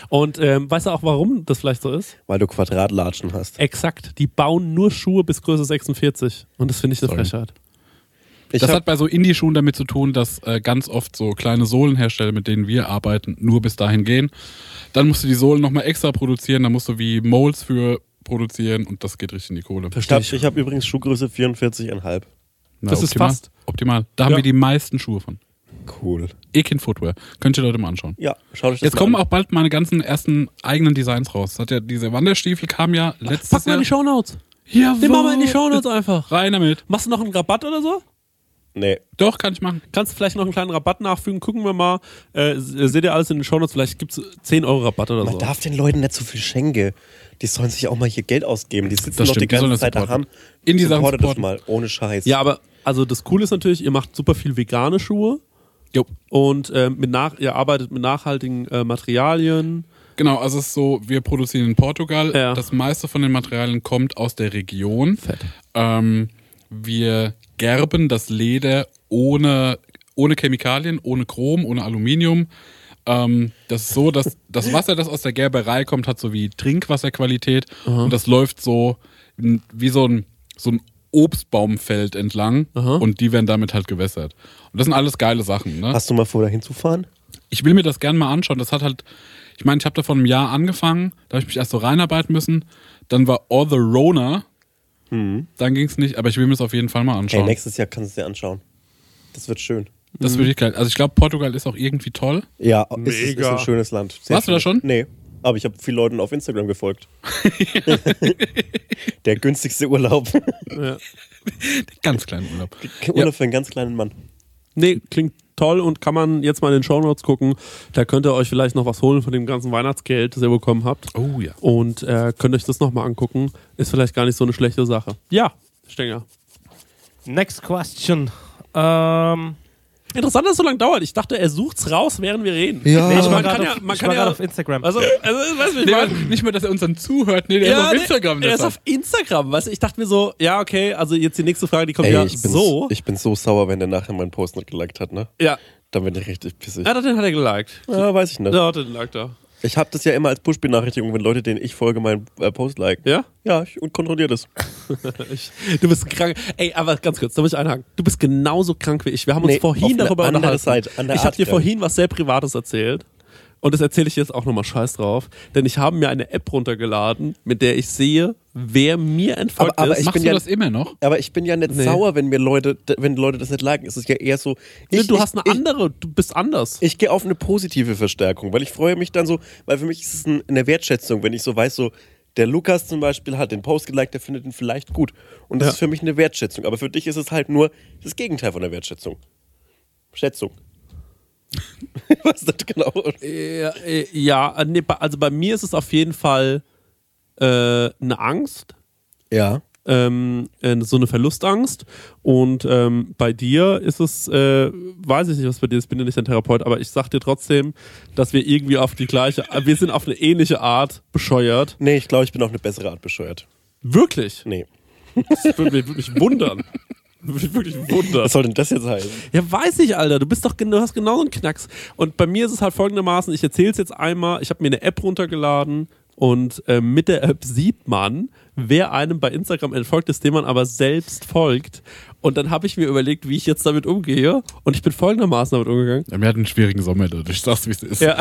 Und ähm, weißt du auch, warum das vielleicht so ist?
weil du Quadratlatschen hast.
Exakt. Die bauen nur Schuhe bis Größe 46. Und das finde ich eine
Sorry.
Frechheit.
Ich
das
hab-
hat bei so Indie-Schuhen damit zu tun, dass äh, ganz oft so kleine Sohlenhersteller, mit denen wir arbeiten, nur bis dahin gehen. Dann musst du die Sohlen nochmal extra produzieren, dann musst du wie Molds für produzieren und das geht richtig in die Kohle.
Ich habe ich hab übrigens Schuhgröße 44,5.
Na,
das ist
optimal.
fast.
Optimal. Da haben
Ja.
wir die meisten Schuhe von.
Cool.
Ekin Footwear. Könnt ihr Leute mal anschauen.
Ja, schau dich das
Jetzt
mal
kommen
an.
auch bald meine ganzen ersten eigenen Designs raus. Hat ja diese Wanderstiefel kam ja letztes
Pack mal
Jahr.
in die Shownotes.
Jawohl.
Den machen wir in die Shownotes einfach.
Rein damit.
Machst du noch einen Rabatt oder so?
Nee,
Doch, kann ich machen.
Kannst du vielleicht noch einen kleinen Rabatt nachfügen? Gucken wir mal. Äh, se- seht ihr alles in den Shownotes? Vielleicht gibt es 10 Euro Rabatt oder
man
so.
darf den Leuten nicht zu viel schenken. Die sollen sich auch mal hier Geld ausgeben. Die sitzen
Das
doch die
stimmt, die sollen
ganze
das
Zeit da
supporten.
haben.
In die Sachen
Supportet das
supporten.
mal, ohne Scheiß.
Ja, aber also das Coole ist natürlich, ihr macht super viel vegane Schuhe
Jo.
und äh, mit nach, ihr arbeitet mit nachhaltigen äh, Materialien.
Genau, also es ist so, wir produzieren in Portugal.
Ja.
Das meiste von den Materialien kommt aus der Region. Ähm, wir gerben das Leder ohne, ohne Chemikalien, ohne Chrom, ohne Aluminium. Ähm, das ist so, dass das Wasser, das aus der Gerberei kommt, hat so wie Trinkwasserqualität und das läuft so n- wie so ein, so ein Obstbaumfeld entlang und die werden damit halt gewässert. Und das sind alles geile Sachen. Ne?
Hast du mal vor, da hinzufahren?
ich will mir das gerne mal anschauen. Das hat halt, ich meine, ich habe da vor einem Jahr angefangen, da habe ich mich erst so reinarbeiten müssen. Dann war All the Rona. Dann ging es nicht, aber ich will mir das auf jeden Fall mal
Hey,
anschauen.
nächstes Jahr kannst du es dir anschauen. Das wird schön.
das würde ich geil. Also ich glaube, Portugal ist auch irgendwie toll.
Ja, Mega. Ist, ist
Mega.
ein schönes Land. Sehr
Warst du da
schön.
schon?
Nee, aber ich habe vielen Leuten auf Instagram gefolgt. der günstigste Urlaub.
Ganz kleinen Urlaub.
Urlaub für einen ganz kleinen Mann.
Nee, klingt toll und kann man jetzt mal in den Shownotes gucken. Da könnt ihr euch vielleicht noch was holen von dem ganzen Weihnachtsgeld, das ihr bekommen habt.
Oh ja.
Und äh, könnt euch das nochmal angucken. Ist vielleicht gar nicht so eine schlechte Sache. Ja, Stenger.
Next question.
Also
Ähm,
Interessant, dass es so lange dauert. Ich dachte, er sucht's raus, während wir reden.
Ja.
Nee,
ich war
man
gerade
kann
auf,
ja, man
ich
kann
war
ja
gerade auf Instagram.
Also, also weißt du, ich
Nee,
mein-
weil- nicht mal, dass er uns dann zuhört. Nee, der ist auf
nee,
Instagram.
Der ist
deshalb.
auf Instagram, weißt du? Ich dachte mir so, ja, okay, also jetzt die nächste Frage, die kommt ja
ich, bin
so.
ich bin so sauer, wenn der nachher meinen Post nicht geliked hat, ne?
ja.
Dann bin ich richtig pissig.
Ah, den hat er geliked.
Ja, weiß ich nicht.
Ja, den liked er.
Ich habe das ja immer als Push-Benachrichtigung, wenn Leute, denen ich folge, meinen äh, Post liken.
Ja?
Ja, ich, und kontrolliere das.
Ich, du bist krank. Ey, aber ganz kurz, da muss ich einhaken. Du bist genauso krank wie ich. Wir haben uns
Nee, auf
vorhin
eine
darüber
andere
unterhalten.
Seite, andere
ich habe
Art
dir
krank.
vorhin was sehr Privates erzählt. Und das erzähle ich jetzt auch nochmal scheiß drauf. Denn ich habe mir eine App runtergeladen, mit der ich sehe, wer mir entfolgt
Aber- aber
ist.
ich
Machst
bin
du
ja-
das immer noch?
Aber ich bin ja nicht
Nee.
sauer, wenn mir Leute, wenn Leute das nicht liken. Es ist ja eher so.
Nee,
Ich,
Ne, du
ich,
hast eine
ich,
andere, du bist anders.
Ich gehe auf eine positive Verstärkung, weil ich freue mich dann so, weil für mich ist es ein, eine Wertschätzung, wenn ich so weiß, so der Lukas zum Beispiel hat den Post geliked, der findet ihn vielleicht gut. Und das
Ja.
ist für mich eine Wertschätzung. Aber für dich ist es halt nur das Gegenteil von der Wertschätzung. Schätzung. Was das genau?
Ja, äh, ja, äh, nee, bei- also bei mir ist es auf jeden Fall äh, eine Angst,
Ja.
ähm, äh, so eine Verlustangst. Und ähm, bei dir ist es, äh, weiß ich nicht, was bei dir ist, ich bin ja nicht dein Therapeut, aber ich sag dir trotzdem, dass wir irgendwie auf die gleiche, äh, wir sind auf eine ähnliche Art bescheuert.
Nee, ich glaube, ich bin auf eine bessere Art bescheuert.
Wirklich?
Nee.
Das würde mich, würde mich wundern. Würde mich wirklich wundern.
Was soll denn das jetzt heißen?
Ja, weiß ich, Alter. Du bist doch gen- du hast genau so einen Knacks. Und bei mir ist es halt folgendermaßen, ich erzähle es jetzt einmal, ich habe mir eine App runtergeladen und äh, mit der App sieht man, wer einem bei Instagram entfolgt ist, dem man aber selbst folgt. Und dann habe ich mir überlegt, wie ich jetzt damit umgehe. Und ich bin folgendermaßen damit umgegangen.
Ja, wir hatten einen schwierigen Sommer dadurch. Sagst, wie es ist.
Ja.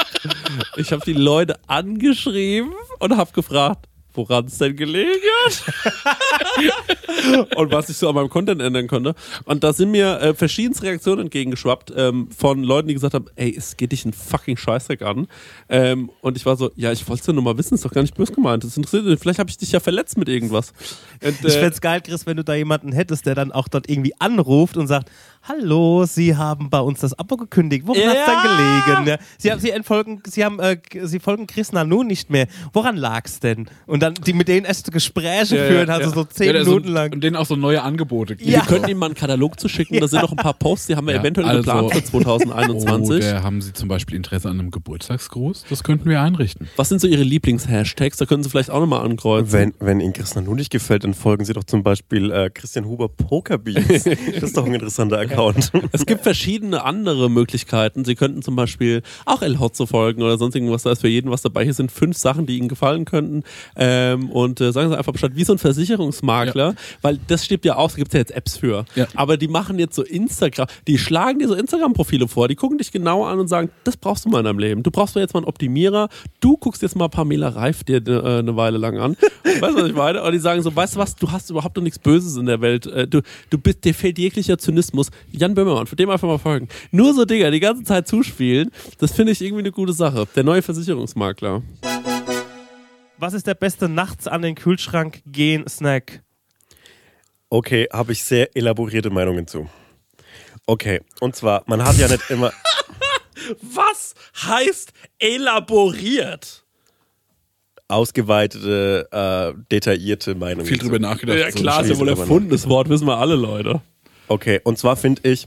ich habe die Leute angeschrieben und habe gefragt, woran es denn gelegen hat. und was ich so an meinem Content ändern konnte. Und da sind mir äh, verschiedenste Reaktionen entgegengeschwappt ähm, von Leuten, die gesagt haben, ey, es geht dich ein fucking Scheißdreck an. Ähm, und ich war so, ja, ich wollte es ja nur mal wissen, ist doch gar nicht böse gemeint. Das interessiert mich. Vielleicht habe ich dich ja verletzt mit irgendwas. Und,
Ich
äh,
fänd's geil, Chris, wenn du da jemanden hättest, der dann auch dort irgendwie anruft und sagt, hallo, Sie haben bei uns das Abo gekündigt. Woran
Ja.
hat's denn gelegen? Ja, Sie haben, Sie entfolgen, Sie haben, äh, Sie folgen Chris Nanu nicht mehr. Woran lag's denn? Und dann die mit denen erste Gespräche
Ja,
führen,
ja,
also
ja.
so zehn
Ja, der so-
Minuten lang.
Und denen auch so neue Angebote. gibt.
Ja.
Wir könnten ihm mal einen Katalog zu schicken. Da sind noch ein paar Posts, die haben wir
Ja,
eventuell
also- Oh,
geplant für 2021.
Oder haben Sie zum Beispiel Interesse an einem Geburtstagsgruß? Das könnten wir einrichten.
Was sind so Ihre Lieblings-Hashtags? Da können Sie vielleicht auch nochmal ankreuzen.
Wenn, wenn Ihnen Christian Nunu nicht gefällt, dann folgen Sie doch zum Beispiel äh, Christian Huber Pokerbeats. das ist doch ein interessanter Account.
Es gibt verschiedene andere Möglichkeiten. Sie könnten zum Beispiel auch El Hotzo folgen oder sonst irgendwas. Da ist für jeden was dabei. Hier sind fünf Sachen, die Ihnen gefallen könnten. Ähm, und äh, sagen Sie einfach Bescheid, wie so ein Versicherungsmakler, weil das steht ja auch, da gibt es ja jetzt Apps für.
Ja.
Aber die machen jetzt so Instagram, die schlagen dir so Instagram-Profile vor, die gucken dich genau an und sagen, das brauchst du mal in deinem Leben. Du brauchst mal jetzt mal einen Optimierer, du guckst jetzt mal Pamela Reif dir äh, eine Weile lang an. weißt du, was ich meine? Und die sagen so, weißt du was, du hast überhaupt noch nichts Böses in der Welt. Äh, Du, du bist, dir fehlt jeglicher Zynismus. Jan Böhmermann, für dem einfach mal folgen. Nur so Dinger, die ganze Zeit zuspielen, das finde ich irgendwie eine gute Sache. Der neue Versicherungsmakler.
Was ist der beste nachts an den Kühlschrank gehen Snack?
Okay, habe ich sehr elaborierte Meinungen zu. Okay, und zwar, man hat ja nicht immer.
Was heißt elaboriert?
ausgeweitete, äh, detaillierte Meinung.
Viel drüber nachgedacht.
Ja klar,
ein
ist ja wohl
Schließen, aber
erfundenes Wort, wissen wir alle, Leute.
Okay, und zwar finde ich,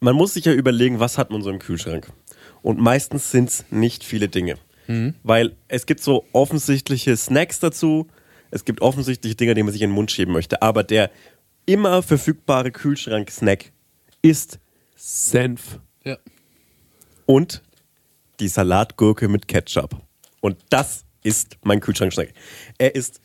man muss sich ja überlegen, was hat man so im Kühlschrank. Und meistens sind es nicht viele Dinge. Weil es gibt so offensichtliche Snacks dazu, es gibt offensichtliche Dinge, die man sich in den Mund schieben möchte. Aber der immer verfügbare Kühlschrank-Snack ist
Senf.
Ja.
und die Salatgurke mit Ketchup. Und das ist mein Kühlschrank-Snack. Er ist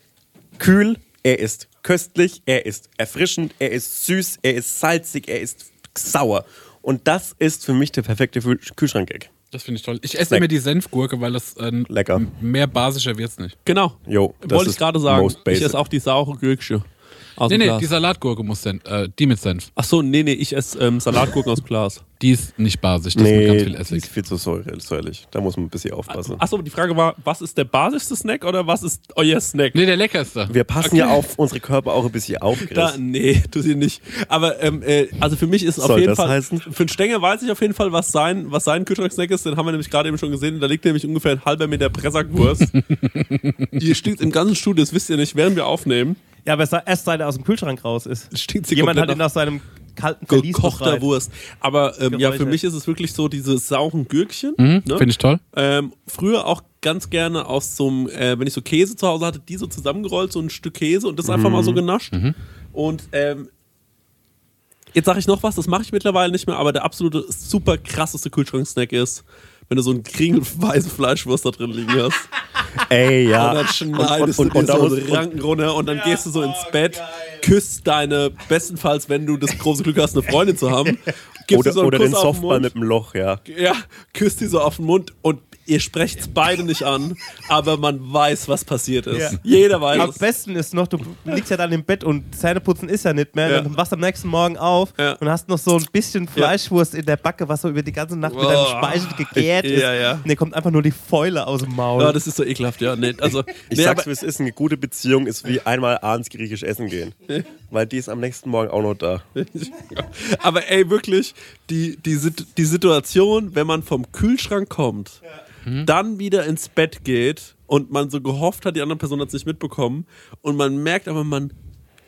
kühl, er ist köstlich, er ist erfrischend, er ist süß, er ist salzig, er ist sauer. Und das ist für mich der perfekte Fü- Kühlschrank-Eck.
Das finde ich toll. Ich esse
Snack.
immer die Senfgurke, weil das ähm,
Lecker.
m- mehr basischer wird's nicht.
Genau.
Jo, das
Wollte ich
ist
gerade sagen.
most
Ich
basic.
esse auch die saure Gürkche. Aus
Nee,
dem
nee,
Glas.
die Salatgurke muss Senf. Äh, die mit Senf.
Ach so, nee, nee, ich esse ähm, Salatgurken aus dem Glas.
Die ist nicht basisch, die ist mit ganz viel
das ist
Essig.
viel zu säure- säuerlich. Da muss man ein bisschen aufpassen.
Achso, die Frage war, was ist der basischste Snack oder was ist euer Snack?
Nee, der leckerste.
Wir passen ja auf unsere Körper auch ein bisschen auf, Chris.
Da, nee, tu sie nicht. Aber ähm, äh, also für mich ist auf
Soll
jeden
das
Fall.
heißen?
Für den Stenger weiß ich auf jeden Fall, was sein, was sein Kühlschrank-Snack ist. Den haben wir nämlich gerade eben schon gesehen. Da liegt nämlich ungefähr ein halber Meter Pressackwurst. Hier stinkt im ganzen Studio, das wisst ihr nicht, während wir aufnehmen.
Ja, aber es sei- erst seit er aus dem Kühlschrank raus ist.
Stinkt sie
Jemand hat
komplett
ihn aus seinem kalten Verlies
gekochter
befreit.
Wurst. Aber ähm, ja, für
Geräusche.
mich ist es wirklich so diese sauren Gürkchen. ne?
Hm? Finde Mhm, ich toll.
Ähm, früher auch ganz gerne aus so einem, äh, wenn ich so Käse zu Hause hatte, die so zusammengerollt, so ein Stück Käse und das einfach mal so genascht. Und ähm, jetzt sage ich noch was, das mache ich mittlerweile nicht mehr, aber der absolute super krasseste Kühlschranksnack ist, wenn du so einen kringelweiße Fleischwurst da drin liegen hast.
Ey, ja.
Und dann schneidest
Ah, und, und,
du
und,
dir
und,
so
und,
die Ranken runter und dann gehst du so ins Bett, küsst deine, bestenfalls, wenn du das große Glück hast, eine Freundin zu haben Gibst du
Oder,
so einen
oder
Kuss
den
auf
Softball
Mund?
mit dem Loch, ja.
Ja, küsst die so auf den Mund und ihr sprecht's beide nicht an, aber man weiß, was passiert ist.
Ja.
Jeder weiß.
Am
es.
besten ist noch, du liegst ja dann im Bett und Zähneputzen ist ja nicht mehr.
Ja.
Und dann wachst am nächsten Morgen auf
Ja.
und hast noch so ein bisschen Fleischwurst in der Backe, was so über die ganze Nacht mit deinem
Boah.
Speichel gegärt ist.
Ja, ja.
Und dir kommt einfach nur die Fäule aus dem Maul.
Ja, das ist so ekelhaft, ja. Nee, also,
Ich
nee,
sag's,
aber,
wie es ist, eine gute Beziehung ist wie einmal abends griechisch essen gehen. Weil die ist am nächsten Morgen auch noch da.
aber ey, wirklich, die, die, Sit- die Situation, wenn man vom Kühlschrank kommt, dann wieder ins Bett geht und man so gehofft hat, die andere Person hat es nicht mitbekommen und man merkt aber, man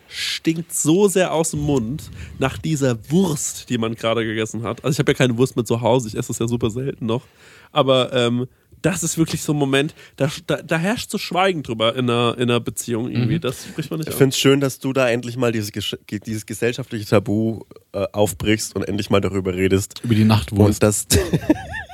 stinkt so sehr aus dem Mund nach dieser Wurst, die man gerade gegessen hat. Also ich habe ja keine Wurst mit zu Hause, ich esse das ja super selten noch. Aber ähm, das ist wirklich so ein Moment, da, da, da herrscht so Schweigen drüber in einer, in einer Beziehung irgendwie. Das spricht man nicht
Ich
an.
finde es schön, dass du da endlich mal dieses, Gesch- ge- dieses gesellschaftliche Tabu äh, aufbrichst und endlich mal darüber redest.
Über die
Und
Nachtwurst.
dass,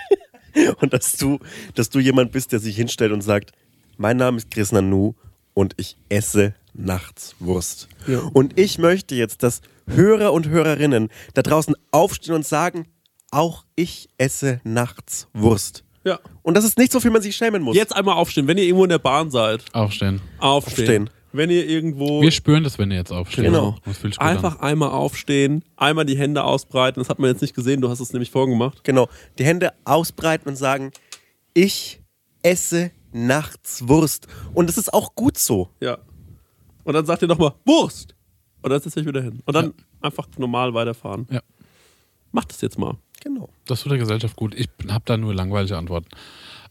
und dass, du, dass du jemand bist, der sich hinstellt und sagt, mein Name ist Chris Nanu und ich esse nachts Wurst. Und ich möchte jetzt, dass Hörer und Hörerinnen da draußen aufstehen und sagen, auch ich esse nachts Wurst.
Ja.
Und das ist nichts, wofür man sich schämen muss.
Jetzt einmal aufstehen, wenn ihr irgendwo in der Bahn seid.
Aufstehen.
Aufstehen.
Aufstehen.
Wenn ihr irgendwo.
Wir spüren das, wenn ihr jetzt aufsteht.
Genau.
Das fühlt sich gut an.
Oh. Einfach einmal aufstehen, einmal die Hände ausbreiten. Das hat man jetzt nicht gesehen, du hast es nämlich vorgemacht.
Genau. Die Hände ausbreiten und sagen, ich esse nachts Wurst. Und es ist auch gut so.
Ja. Und dann sagt ihr nochmal, Wurst! Und dann setzt ihr euch wieder hin. Und dann
Ja.
einfach normal weiterfahren.
Ja.
Macht das jetzt mal.
Genau.
Das tut der Gesellschaft gut. Ich habe da nur langweilige Antworten.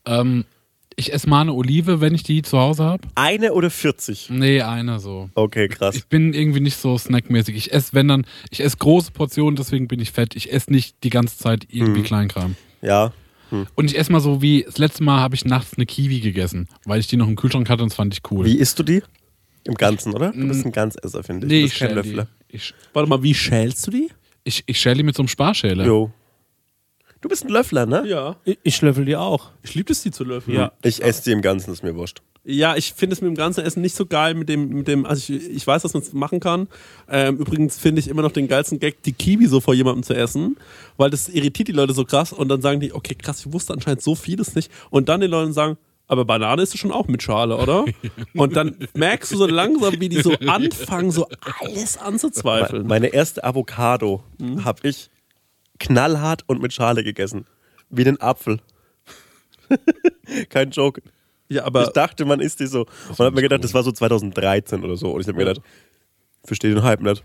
Ähm, ich esse mal eine Olive, wenn ich die zu Hause habe.
Eine oder 40?
Nee, eine so.
Okay, krass.
Ich bin irgendwie nicht so snackmäßig. Ich esse, wenn dann, ich esse große Portionen, deswegen bin ich fett. Ich esse nicht die ganze Zeit irgendwie Kleinkram.
Ja.
Und ich esse mal so wie, das letzte Mal habe ich nachts eine Kiwi gegessen, weil ich die noch im Kühlschrank hatte und das fand ich cool.
Wie isst du die? Im Ganzen, oder? Du bist ein Ganzesser, finde ich.
Nee,
Du
ich
bist kein
schäle die. Ich,
Warte mal, wie schälst du die?
ich, ich schäle die mit so einem Sparschäler.
Jo. Du bist ein Löffler, ne?
Ja.
ich, ich schlöffel die auch.
Ich liebe es, die zu löffeln.
Ja.
Ich esse die im Ganzen, ist mir wurscht.
Ja, ich finde es mit dem ganzen Essen nicht so geil, mit dem, mit dem, also ich, ich weiß, dass man es machen kann. Ähm, übrigens finde ich immer noch den geilsten Gag, die Kiwi so vor jemandem zu essen, weil das irritiert die Leute so krass und dann sagen die, okay, krass, ich wusste anscheinend so vieles nicht. Und dann den Leuten sagen, aber Banane ist schon auch mit Schale, oder? Und dann merkst du so langsam, wie die so anfangen, so alles
Me-
anzuzweifeln.
Meine erste Avocado habe ich knallhart und mit Schale gegessen. Wie den Apfel. kein Joke.
ja, aber
ich dachte, man isst die so. Und hab mir gedacht, das war so 2013 oder so. Und ich habe mir gedacht, verstehe den Hype nicht.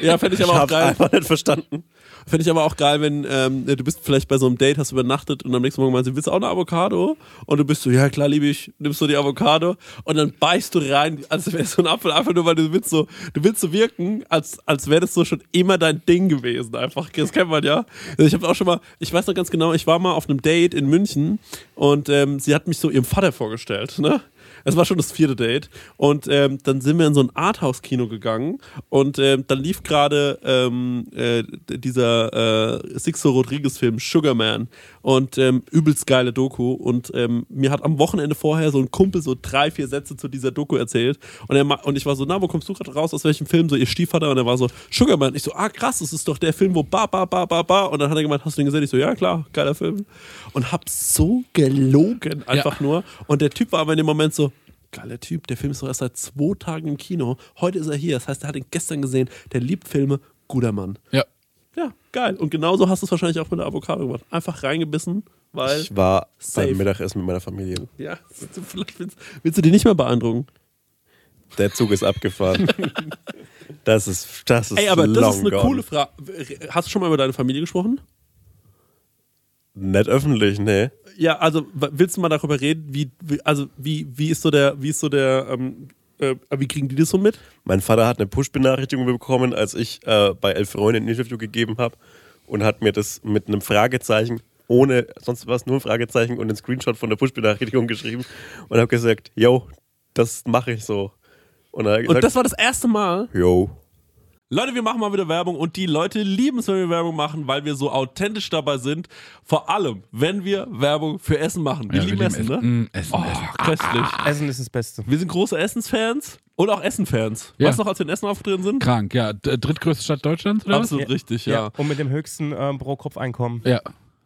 ja, fände ich
Ich
aber auch
habe
geil.
einfach nicht verstanden.
Finde ich aber auch geil, wenn ähm, du bist vielleicht bei so einem Date, hast übernachtet und am nächsten Morgen meinst du, willst du auch eine Avocado? Und du bist so, ja klar, liebe ich, nimmst du die Avocado und dann beißt du rein, als wäre so ein Apfel, einfach nur weil du willst so, du willst so wirken, als, als wäre das so schon immer dein Ding gewesen, einfach. Das kennt man ja. Also ich habe auch schon mal, ich weiß noch ganz genau, ich war mal auf einem Date in München und ähm, sie hat mich so ihrem Vater vorgestellt, ne? Es war schon das vierte Date. Und ähm, dann sind wir in so ein Arthouse-Kino gegangen. Und ähm, dann lief gerade ähm, äh, d- dieser äh, Sixto Rodriguez-Film Sugarman. Und ähm, übelst geile Doku. Und ähm, mir hat am Wochenende vorher so ein Kumpel so drei, vier Sätze zu dieser Doku erzählt. Und, er, ma- und ich war so, na, wo kommst du gerade raus? Aus welchem Film? So ihr Stiefvater. Und er war so, Sugarman. Ich so, ah krass, das ist doch der Film, wo ba, ba, ba, ba, ba. Und dann hat er gemeint, hast du den gesehen? Ich so, ja klar, geiler Film. Und hab so gelogen einfach
Ja.
nur nur. Und der Typ war aber in dem Moment so, geiler Typ, der Film ist doch erst seit zwei Tagen im Kino. Heute ist er hier. Das heißt, er hat ihn gestern gesehen. Der liebt Filme, guter Mann.
Ja.
Ja, geil. Und genauso hast du es wahrscheinlich auch mit der Avocado gemacht. Einfach reingebissen, weil.
Ich war
Safe.
beim Mittagessen mit meiner Familie.
ja, vielleicht willst, willst du die nicht mehr beeindrucken.
Der Zug ist abgefahren. das ist, das ist
Ey, aber
long
das ist eine
gone.
coole Frage. Hast du schon mal über deine Familie gesprochen?
Nicht öffentlich, ne?
Ja, also w- willst du mal darüber reden, wie, wie also wie, wie ist so der, wie ist so der, ähm, äh, wie kriegen die das so mit?
Mein Vater hat eine Push-Benachrichtigung bekommen, als ich äh, bei Elf Freunde ein Interview gegeben habe und hat mir das mit einem Fragezeichen, ohne sonst was, nur ein Fragezeichen und einen Screenshot von der Push-Benachrichtigung geschrieben und habe gesagt, yo, das mache ich so. Und er hat
Und das
gesagt,
war das erste Mal,
yo.
Leute, wir machen mal wieder Werbung und die Leute lieben es, wenn wir Werbung machen, weil wir so authentisch dabei sind. Vor allem, wenn wir Werbung für Essen machen. Wir
Ja,
lieben
wir lieben
Essen,
Essen.
ne?
Mm, Essen,
oh,
Essen.
köstlich.
Essen ist das Beste.
Wir sind große Essensfans Und auch Essen-Fans.
Ja.
Weißt du noch, als wir in Essen aufgetreten sind?
Krank, ja. D- Drittgrößte Stadt Deutschlands, oder? was?
Absolut richtig, ja.
Und mit dem höchsten ähm, Pro-Kopf-Einkommen.
Ja.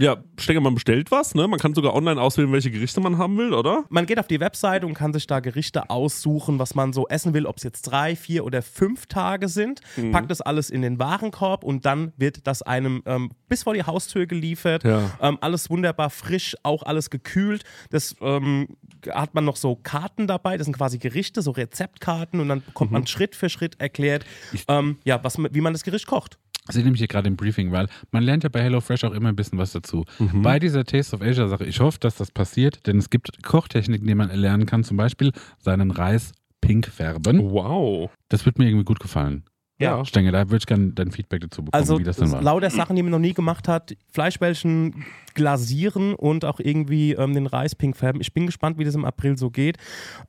ja, Stenger, man bestellt was, ne? Man kann sogar online auswählen, welche Gerichte man haben will, oder?
Man geht auf die Webseite und kann sich da Gerichte aussuchen, was man so essen will, ob es jetzt drei, vier oder fünf Tage sind, packt das alles in den Warenkorb und dann wird das einem ähm, bis vor die Haustür geliefert.
Ja.
Ähm, alles wunderbar frisch, auch alles gekühlt. Das ähm, hat man noch so Karten dabei, das sind quasi Gerichte, so Rezeptkarten und dann bekommt man Schritt für Schritt erklärt, ähm, ja, was, man- wie man das Gericht kocht.
Sie nämlich hier gerade im Briefing, weil man lernt ja bei HelloFresh auch immer ein bisschen was dazu.
Mhm.
Bei dieser Taste of Asia Sache, ich hoffe, dass das passiert, denn es gibt Kochtechniken, die man erlernen kann, zum Beispiel seinen Reis pink
Oh.
Mhm.
färben.
Wow.
Das wird mir irgendwie gut gefallen.
Ja.
Stenge, da würde ich gerne dein Feedback dazu bekommen,
Also
wie das denn war.
lauter Sachen, die man noch nie gemacht hat. Fleischbällchen glasieren und auch irgendwie ähm, den Reis pink färben. Ich bin gespannt, wie das im April so geht.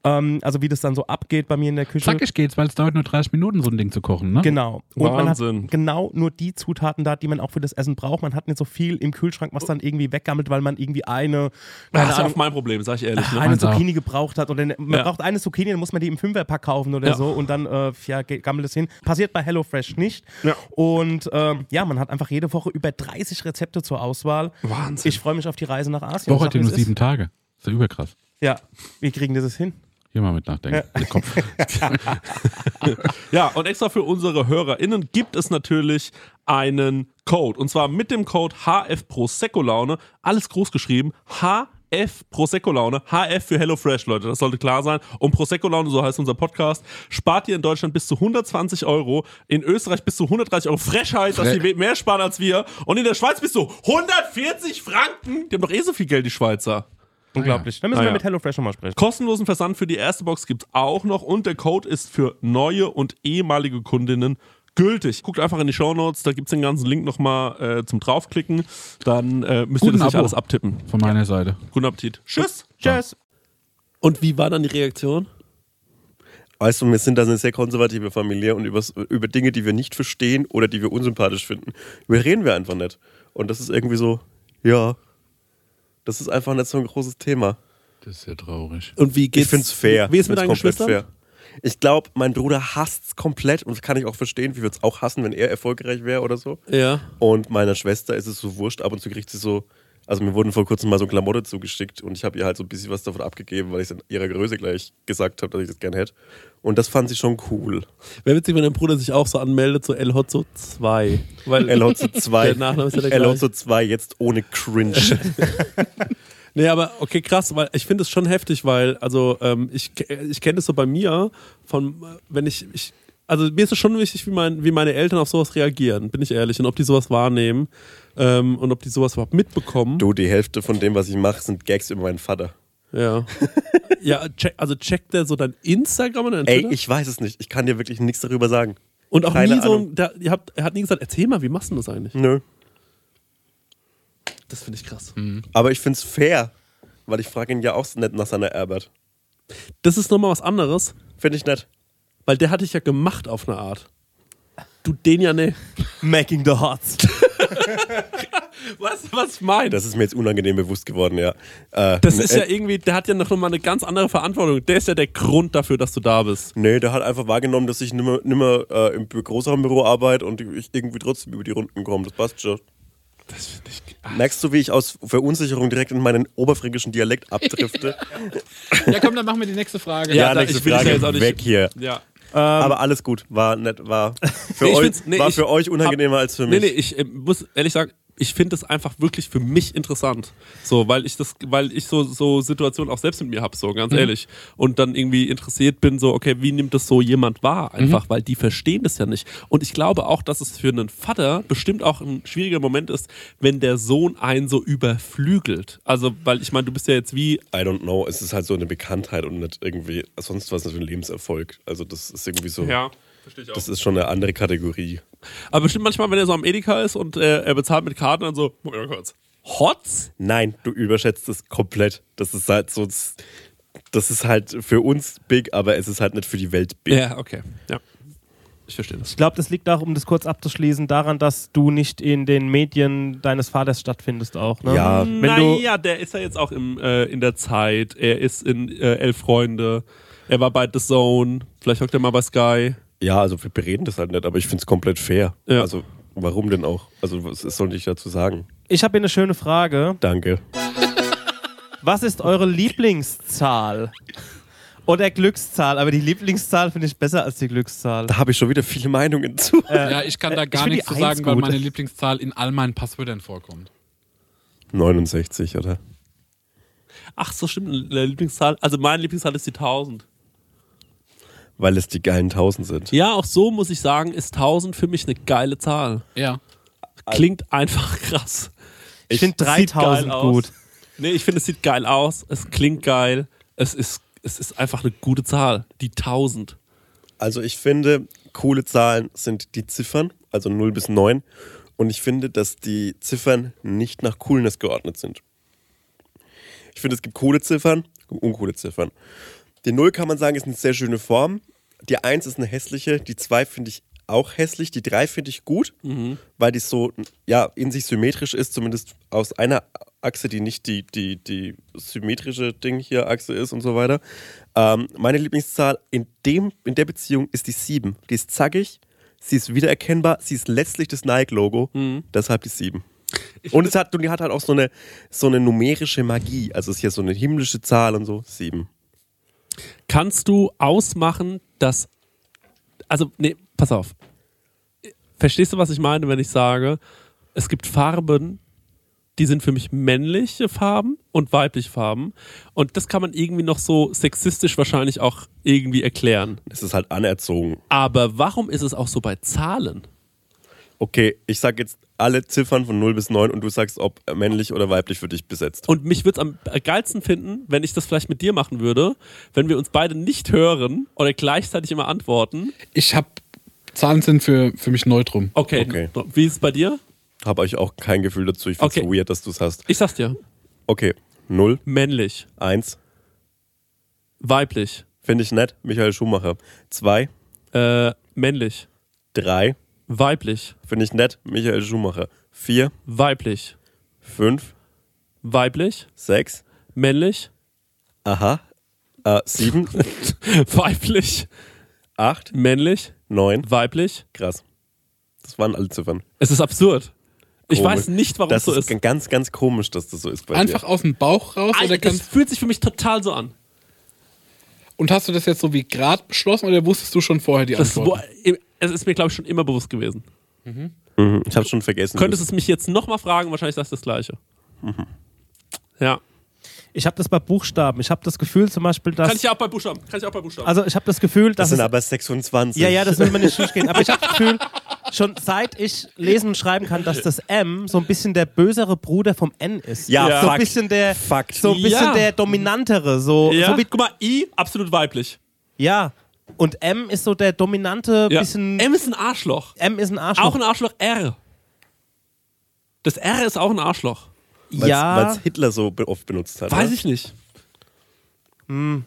Ähm, also wie das dann so abgeht bei mir in der Küche.
Zackig geht's, weil es dauert nur 30 Minuten, so ein Ding zu kochen, ne?
Genau. Und man
Wahnsinn.
hat genau nur die Zutaten da, die man auch für das Essen braucht. Man hat nicht so viel im Kühlschrank, was dann irgendwie weggammelt, weil man irgendwie eine,
Das
keine
ist ja
Ahnung,
oft mein Problem, sag ich ehrlich. Ne?
eine
Meins auch.
Zucchini gebraucht hat. Oder ne- man
Ja.
braucht eine Zucchini, dann muss man die im Fünferpack kaufen oder
Ja.
so und dann äh, ja, ge- gammelt es hin. Passiert bei HelloFresh nicht.
Ja.
Und ähm, ja, man hat einfach jede Woche über 30 Rezepte zur Auswahl.
Wahnsinn.
Ich freue mich auf die Reise nach Asien.
Woche
Ich
hat ja
sag,
nur
wie es
sieben Tage. Ist ja überkrass.
Ist. Ja, wir kriegen dieses hin.
Ah,
Hier mal mit nachdenken. Der Kopf.
Ja, und extra für unsere HörerInnen gibt es natürlich einen Code. Und zwar mit dem Code HF Prosecco Laune. Alles groß geschrieben. HF Prosecco Laune. HF für HelloFresh, Leute. Das sollte klar sein. Und Prosecco Laune, so heißt unser Podcast, spart ihr in Deutschland bis zu 120 Euro. In Österreich bis zu 130 Euro. Frechheit, dass
Fre-
die mehr sparen als wir. Und in der Schweiz bis zu 140 Franken. Die haben doch eh so viel Geld, die Schweizer.
Unglaublich. Dann müssen
Ah,
wir
ja.
mit HelloFresh nochmal sprechen.
Kostenlosen Versand für die erste Box gibt's auch noch und der Code ist für neue und ehemalige Kundinnen gültig. Guckt einfach in die Shownotes, da gibt's den ganzen Link nochmal äh, zum draufklicken. Dann äh, müsst ihr
Guten
das nicht
Abo.
alles abtippen.
Von meiner Seite.
Guten Appetit. Tschüss.
Tschüss.
Und wie war dann die Reaktion?
Weißt du, also wir sind da eine sehr konservative Familie und übers, über Dinge, die wir nicht verstehen oder die wir unsympathisch finden, über reden wir einfach nicht. Und das ist irgendwie so, ja, das ist einfach nicht so ein großes Thema.
Das ist ja traurig.
Und wie
ich find's fair.
Wie ist mit
Ich
deinen
find's komplett
Geschwistern?
Fair. Ich glaube, mein Bruder hasst's komplett und das kann ich auch verstehen. Wir würden es auch hassen, wenn er erfolgreich wäre oder so.
Ja.
Und meiner Schwester ist es so wurscht. Ab und zu kriegt sie so. Also mir wurden vor kurzem mal so Klamotte zugeschickt und ich habe ihr halt so ein bisschen was davon abgegeben, weil ich es in ihrer Größe gleich gesagt habe, dass ich das gern hätte. Und das fand sie schon cool.
Wäre witzig, wenn dein Bruder sich auch so anmeldet, so El Hotzo 2. Weil,
LO zu 2.
Der Nachname ist ja der
LO
gleiche.
zu 2, jetzt ohne Cringe.
nee, aber okay, krass, weil ich finde es schon heftig, weil, also, ähm, ich, ich kenne das so bei mir, von, äh, wenn ich, ich, also mir ist es schon wichtig, wie, mein, wie meine Eltern auf sowas reagieren, bin ich ehrlich, und ob die sowas wahrnehmen ähm, und ob die sowas überhaupt mitbekommen.
du, die Hälfte von dem, was ich mache, sind Gags über meinen Vater.
Ja. ja, check, also checkt der so dein Instagram und dein
Ey,
Twitter?
ich weiß es nicht. Ich kann dir wirklich nichts darüber sagen.
und auch
keine
nie so,
Ahnung.
ein- der, ihr habt, er hat nie gesagt, erzähl mal, wie machst du das eigentlich?
Nö.
Das finde ich krass.
Aber ich find's fair, weil ich frage ihn ja auch nicht nach seiner Herbert.
Das ist nochmal was anderes,
Finde ich nett.
Weil der hatte ich ja gemacht auf eine Art. Du den ja ne.
Making the Hots.
Was, was ich meine. Das,
Das ist mir jetzt unangenehm bewusst geworden, ja. Äh,
das
ne-
ist ja irgendwie, der hat ja noch mal eine ganz andere Verantwortung. Der ist ja der Grund dafür, dass du da bist.
Nee, der hat einfach wahrgenommen, dass ich nimmer, nimmer äh, im Bü- größeren Büro arbeite und ich irgendwie trotzdem über die Runden komme. Das passt schon.
Das finde ich.
Merkst du, wie ich aus Verunsicherung direkt in meinen oberfränkischen Dialekt abdrifte?
Ja, komm, dann machen wir die nächste Frage.
Ja, da-
nächste
ich will das ja
Frage.
jetzt auch nicht-
Weg hier.
Ja.
Aber alles gut. War nett. War für,
Nee, ich
euch,
find's- nee,
war
ich-
für euch unangenehmer als für
Nee,
mich.
nee, ich äh, muss ehrlich sagen, ich finde es einfach wirklich für mich interessant. So, weil ich das, weil ich so, so Situationen auch selbst mit mir habe, so
Mhm.
ganz ehrlich. Und dann irgendwie interessiert bin, so, okay, wie nimmt das so jemand
Mhm.
wahr? Einfach, weil die verstehen das ja nicht. Und ich glaube auch, dass es für einen Vater bestimmt auch ein schwieriger Moment ist, wenn der Sohn einen so überflügelt. Also, weil ich meine, du bist ja jetzt wie
I don't know. Es ist halt so eine Bekanntheit und nicht irgendwie sonst was für ein Lebenserfolg. Also das ist irgendwie so.
Ja, verstehe ich auch.
Das ist schon eine andere Kategorie.
Aber bestimmt manchmal, wenn er so am Edeka ist und äh, er bezahlt mit Karten, dann so, Moment mal kurz. Hotz?
Nein, du überschätzt es komplett. Das ist halt so. Das ist halt für uns big, aber es ist halt nicht für die Welt big.
Ja, okay. Ja. Ich verstehe das.
Ich glaube, das liegt auch, um das kurz abzuschließen, daran, dass du nicht in den Medien deines Vaters stattfindest auch. Ne?
Ja.
Wenn du,
Naja, der ist ja jetzt auch im, äh, in der Zeit. Er ist in äh, Elf Freunde. Er war bei The Zone. Vielleicht hockt er mal bei Sky.
Ja, also wir bereden das halt nicht, aber ich finde es komplett fair.
Ja.
Also warum denn auch? Also was was soll ich dazu sagen?
ich habe hier eine schöne Frage.
Danke.
Was ist eure Lieblingszahl? Oder Glückszahl, aber die Lieblingszahl finde ich besser als die Glückszahl.
Da habe ich schon wieder viele Meinungen zu.
Ja, ich kann da gar
find die
nichts zu
Eins
sagen, weil
gut.
meine Lieblingszahl in all meinen Passwörtern vorkommt.
69, oder?
Ach so, stimmt. Eine Lieblingszahl. Also meine Lieblingszahl ist die 1000.
Weil es die geilen 1000 sind.
Ja, auch so muss ich sagen, ist 1000 für mich eine geile Zahl.
Ja.
Klingt einfach krass.
Ich finde
sieht geil
3000
aus.
gut.
Nee, ich finde, es sieht geil aus. Es klingt geil. Es ist, es ist einfach eine gute Zahl. Die 1000.
Also ich finde, coole Zahlen sind die Ziffern, also 0 bis 9. Und ich finde, dass die Ziffern nicht nach Coolness geordnet sind. Ich finde, es gibt coole Ziffern, uncoole Ziffern. Die 0 kann man sagen, ist eine sehr schöne Form. Die 1 ist eine hässliche, die 2 finde ich auch hässlich, die 3 finde ich gut, weil die so ja, in sich symmetrisch ist, zumindest aus einer Achse, die nicht die, die, die symmetrische Ding hier Achse ist und so weiter. Ähm, meine Lieblingszahl in, dem, in der Beziehung ist die 7. Die ist zackig, sie ist wiedererkennbar, sie ist letztlich das Nike-Logo, deshalb die 7. Und es hat, und die hat halt auch so eine, so eine numerische Magie. Also es ist hier so eine himmlische Zahl und so. Sieben.
Kannst du ausmachen, dass. Also, nee, pass auf. Verstehst du, was ich meine, wenn ich sage, es gibt Farben, die sind für mich männliche Farben und weibliche Farben. Und das kann man irgendwie noch so sexistisch wahrscheinlich auch irgendwie erklären.
Es ist halt anerzogen.
Aber warum ist es auch so bei Zahlen?
Okay, ich sag jetzt alle Ziffern von 0 bis 9 und du sagst, ob männlich oder weiblich für dich besetzt.
Und mich würde es am geilsten finden, wenn ich das vielleicht mit dir machen würde, wenn wir uns beide nicht hören oder gleichzeitig immer antworten.
Ich habe Zahlen sind für, für mich neutrum.
Okay,
Okay.
wie ist es bei dir?
Habe ich auch kein Gefühl dazu. Ich find's
Okay.
so weird, dass du es hast.
Ich sag's dir,
Okay, 0,
männlich,
1,
weiblich,
finde ich nett, Michael Schumacher. 2,
äh, männlich,
3,
weiblich,
finde ich nett, Michael Schumacher. 4,
weiblich,
5,
weiblich,
6,
männlich,
aha, äh, 7,
weiblich,
8,
männlich,
9.
weiblich.
Krass. Das waren alle Ziffern.
Es ist absurd. Ich
Komisch.
weiß nicht, warum
Oh, das
es so
ist.
ist.
ganz, ganz komisch, dass das so ist bei
Einfach
dir.
aus dem Bauch raus
Alter,
oder
das
kannst,
Also, fühlt sich für mich total so an.
Und hast du das jetzt so wie gerade beschlossen oder wusstest du schon vorher die
Das, wo,
Antwort?
es ist mir, glaube ich, schon immer bewusst gewesen.
Mhm. Ich habe schon vergessen.
Könntest du es mich jetzt nochmal fragen, wahrscheinlich sagst du das Gleiche. Ja.
Ich habe das bei Buchstaben. Ich habe das Gefühl zum Beispiel, dass...
Kann ich ja auch bei Buchstaben. Kann ich auch bei Buchstaben.
also ich habe das Gefühl,
das
dass...
sind
es-
aber 26.
ja, ja, das will man nicht schief gehen. Aber ich habe das Gefühl, schon seit ich lesen und schreiben kann, dass das M so ein bisschen der bösere Bruder vom N ist.
Ja,
so
Fakt.
ein bisschen der...
Fakt.
So ein bisschen
Ja.
der dominantere. So,
ja?
so wie
guck mal, I, absolut weiblich.
Ja. Und M ist so der dominante
Ja.
bisschen.
M ist ein Arschloch.
M ist ein Arschloch.
Auch ein Arschloch R. Das R ist auch ein Arschloch.
Weil's-
ja.
Weil's Hitler so be- oft benutzt hat.
Weiß
ne?
ich nicht.
Hm.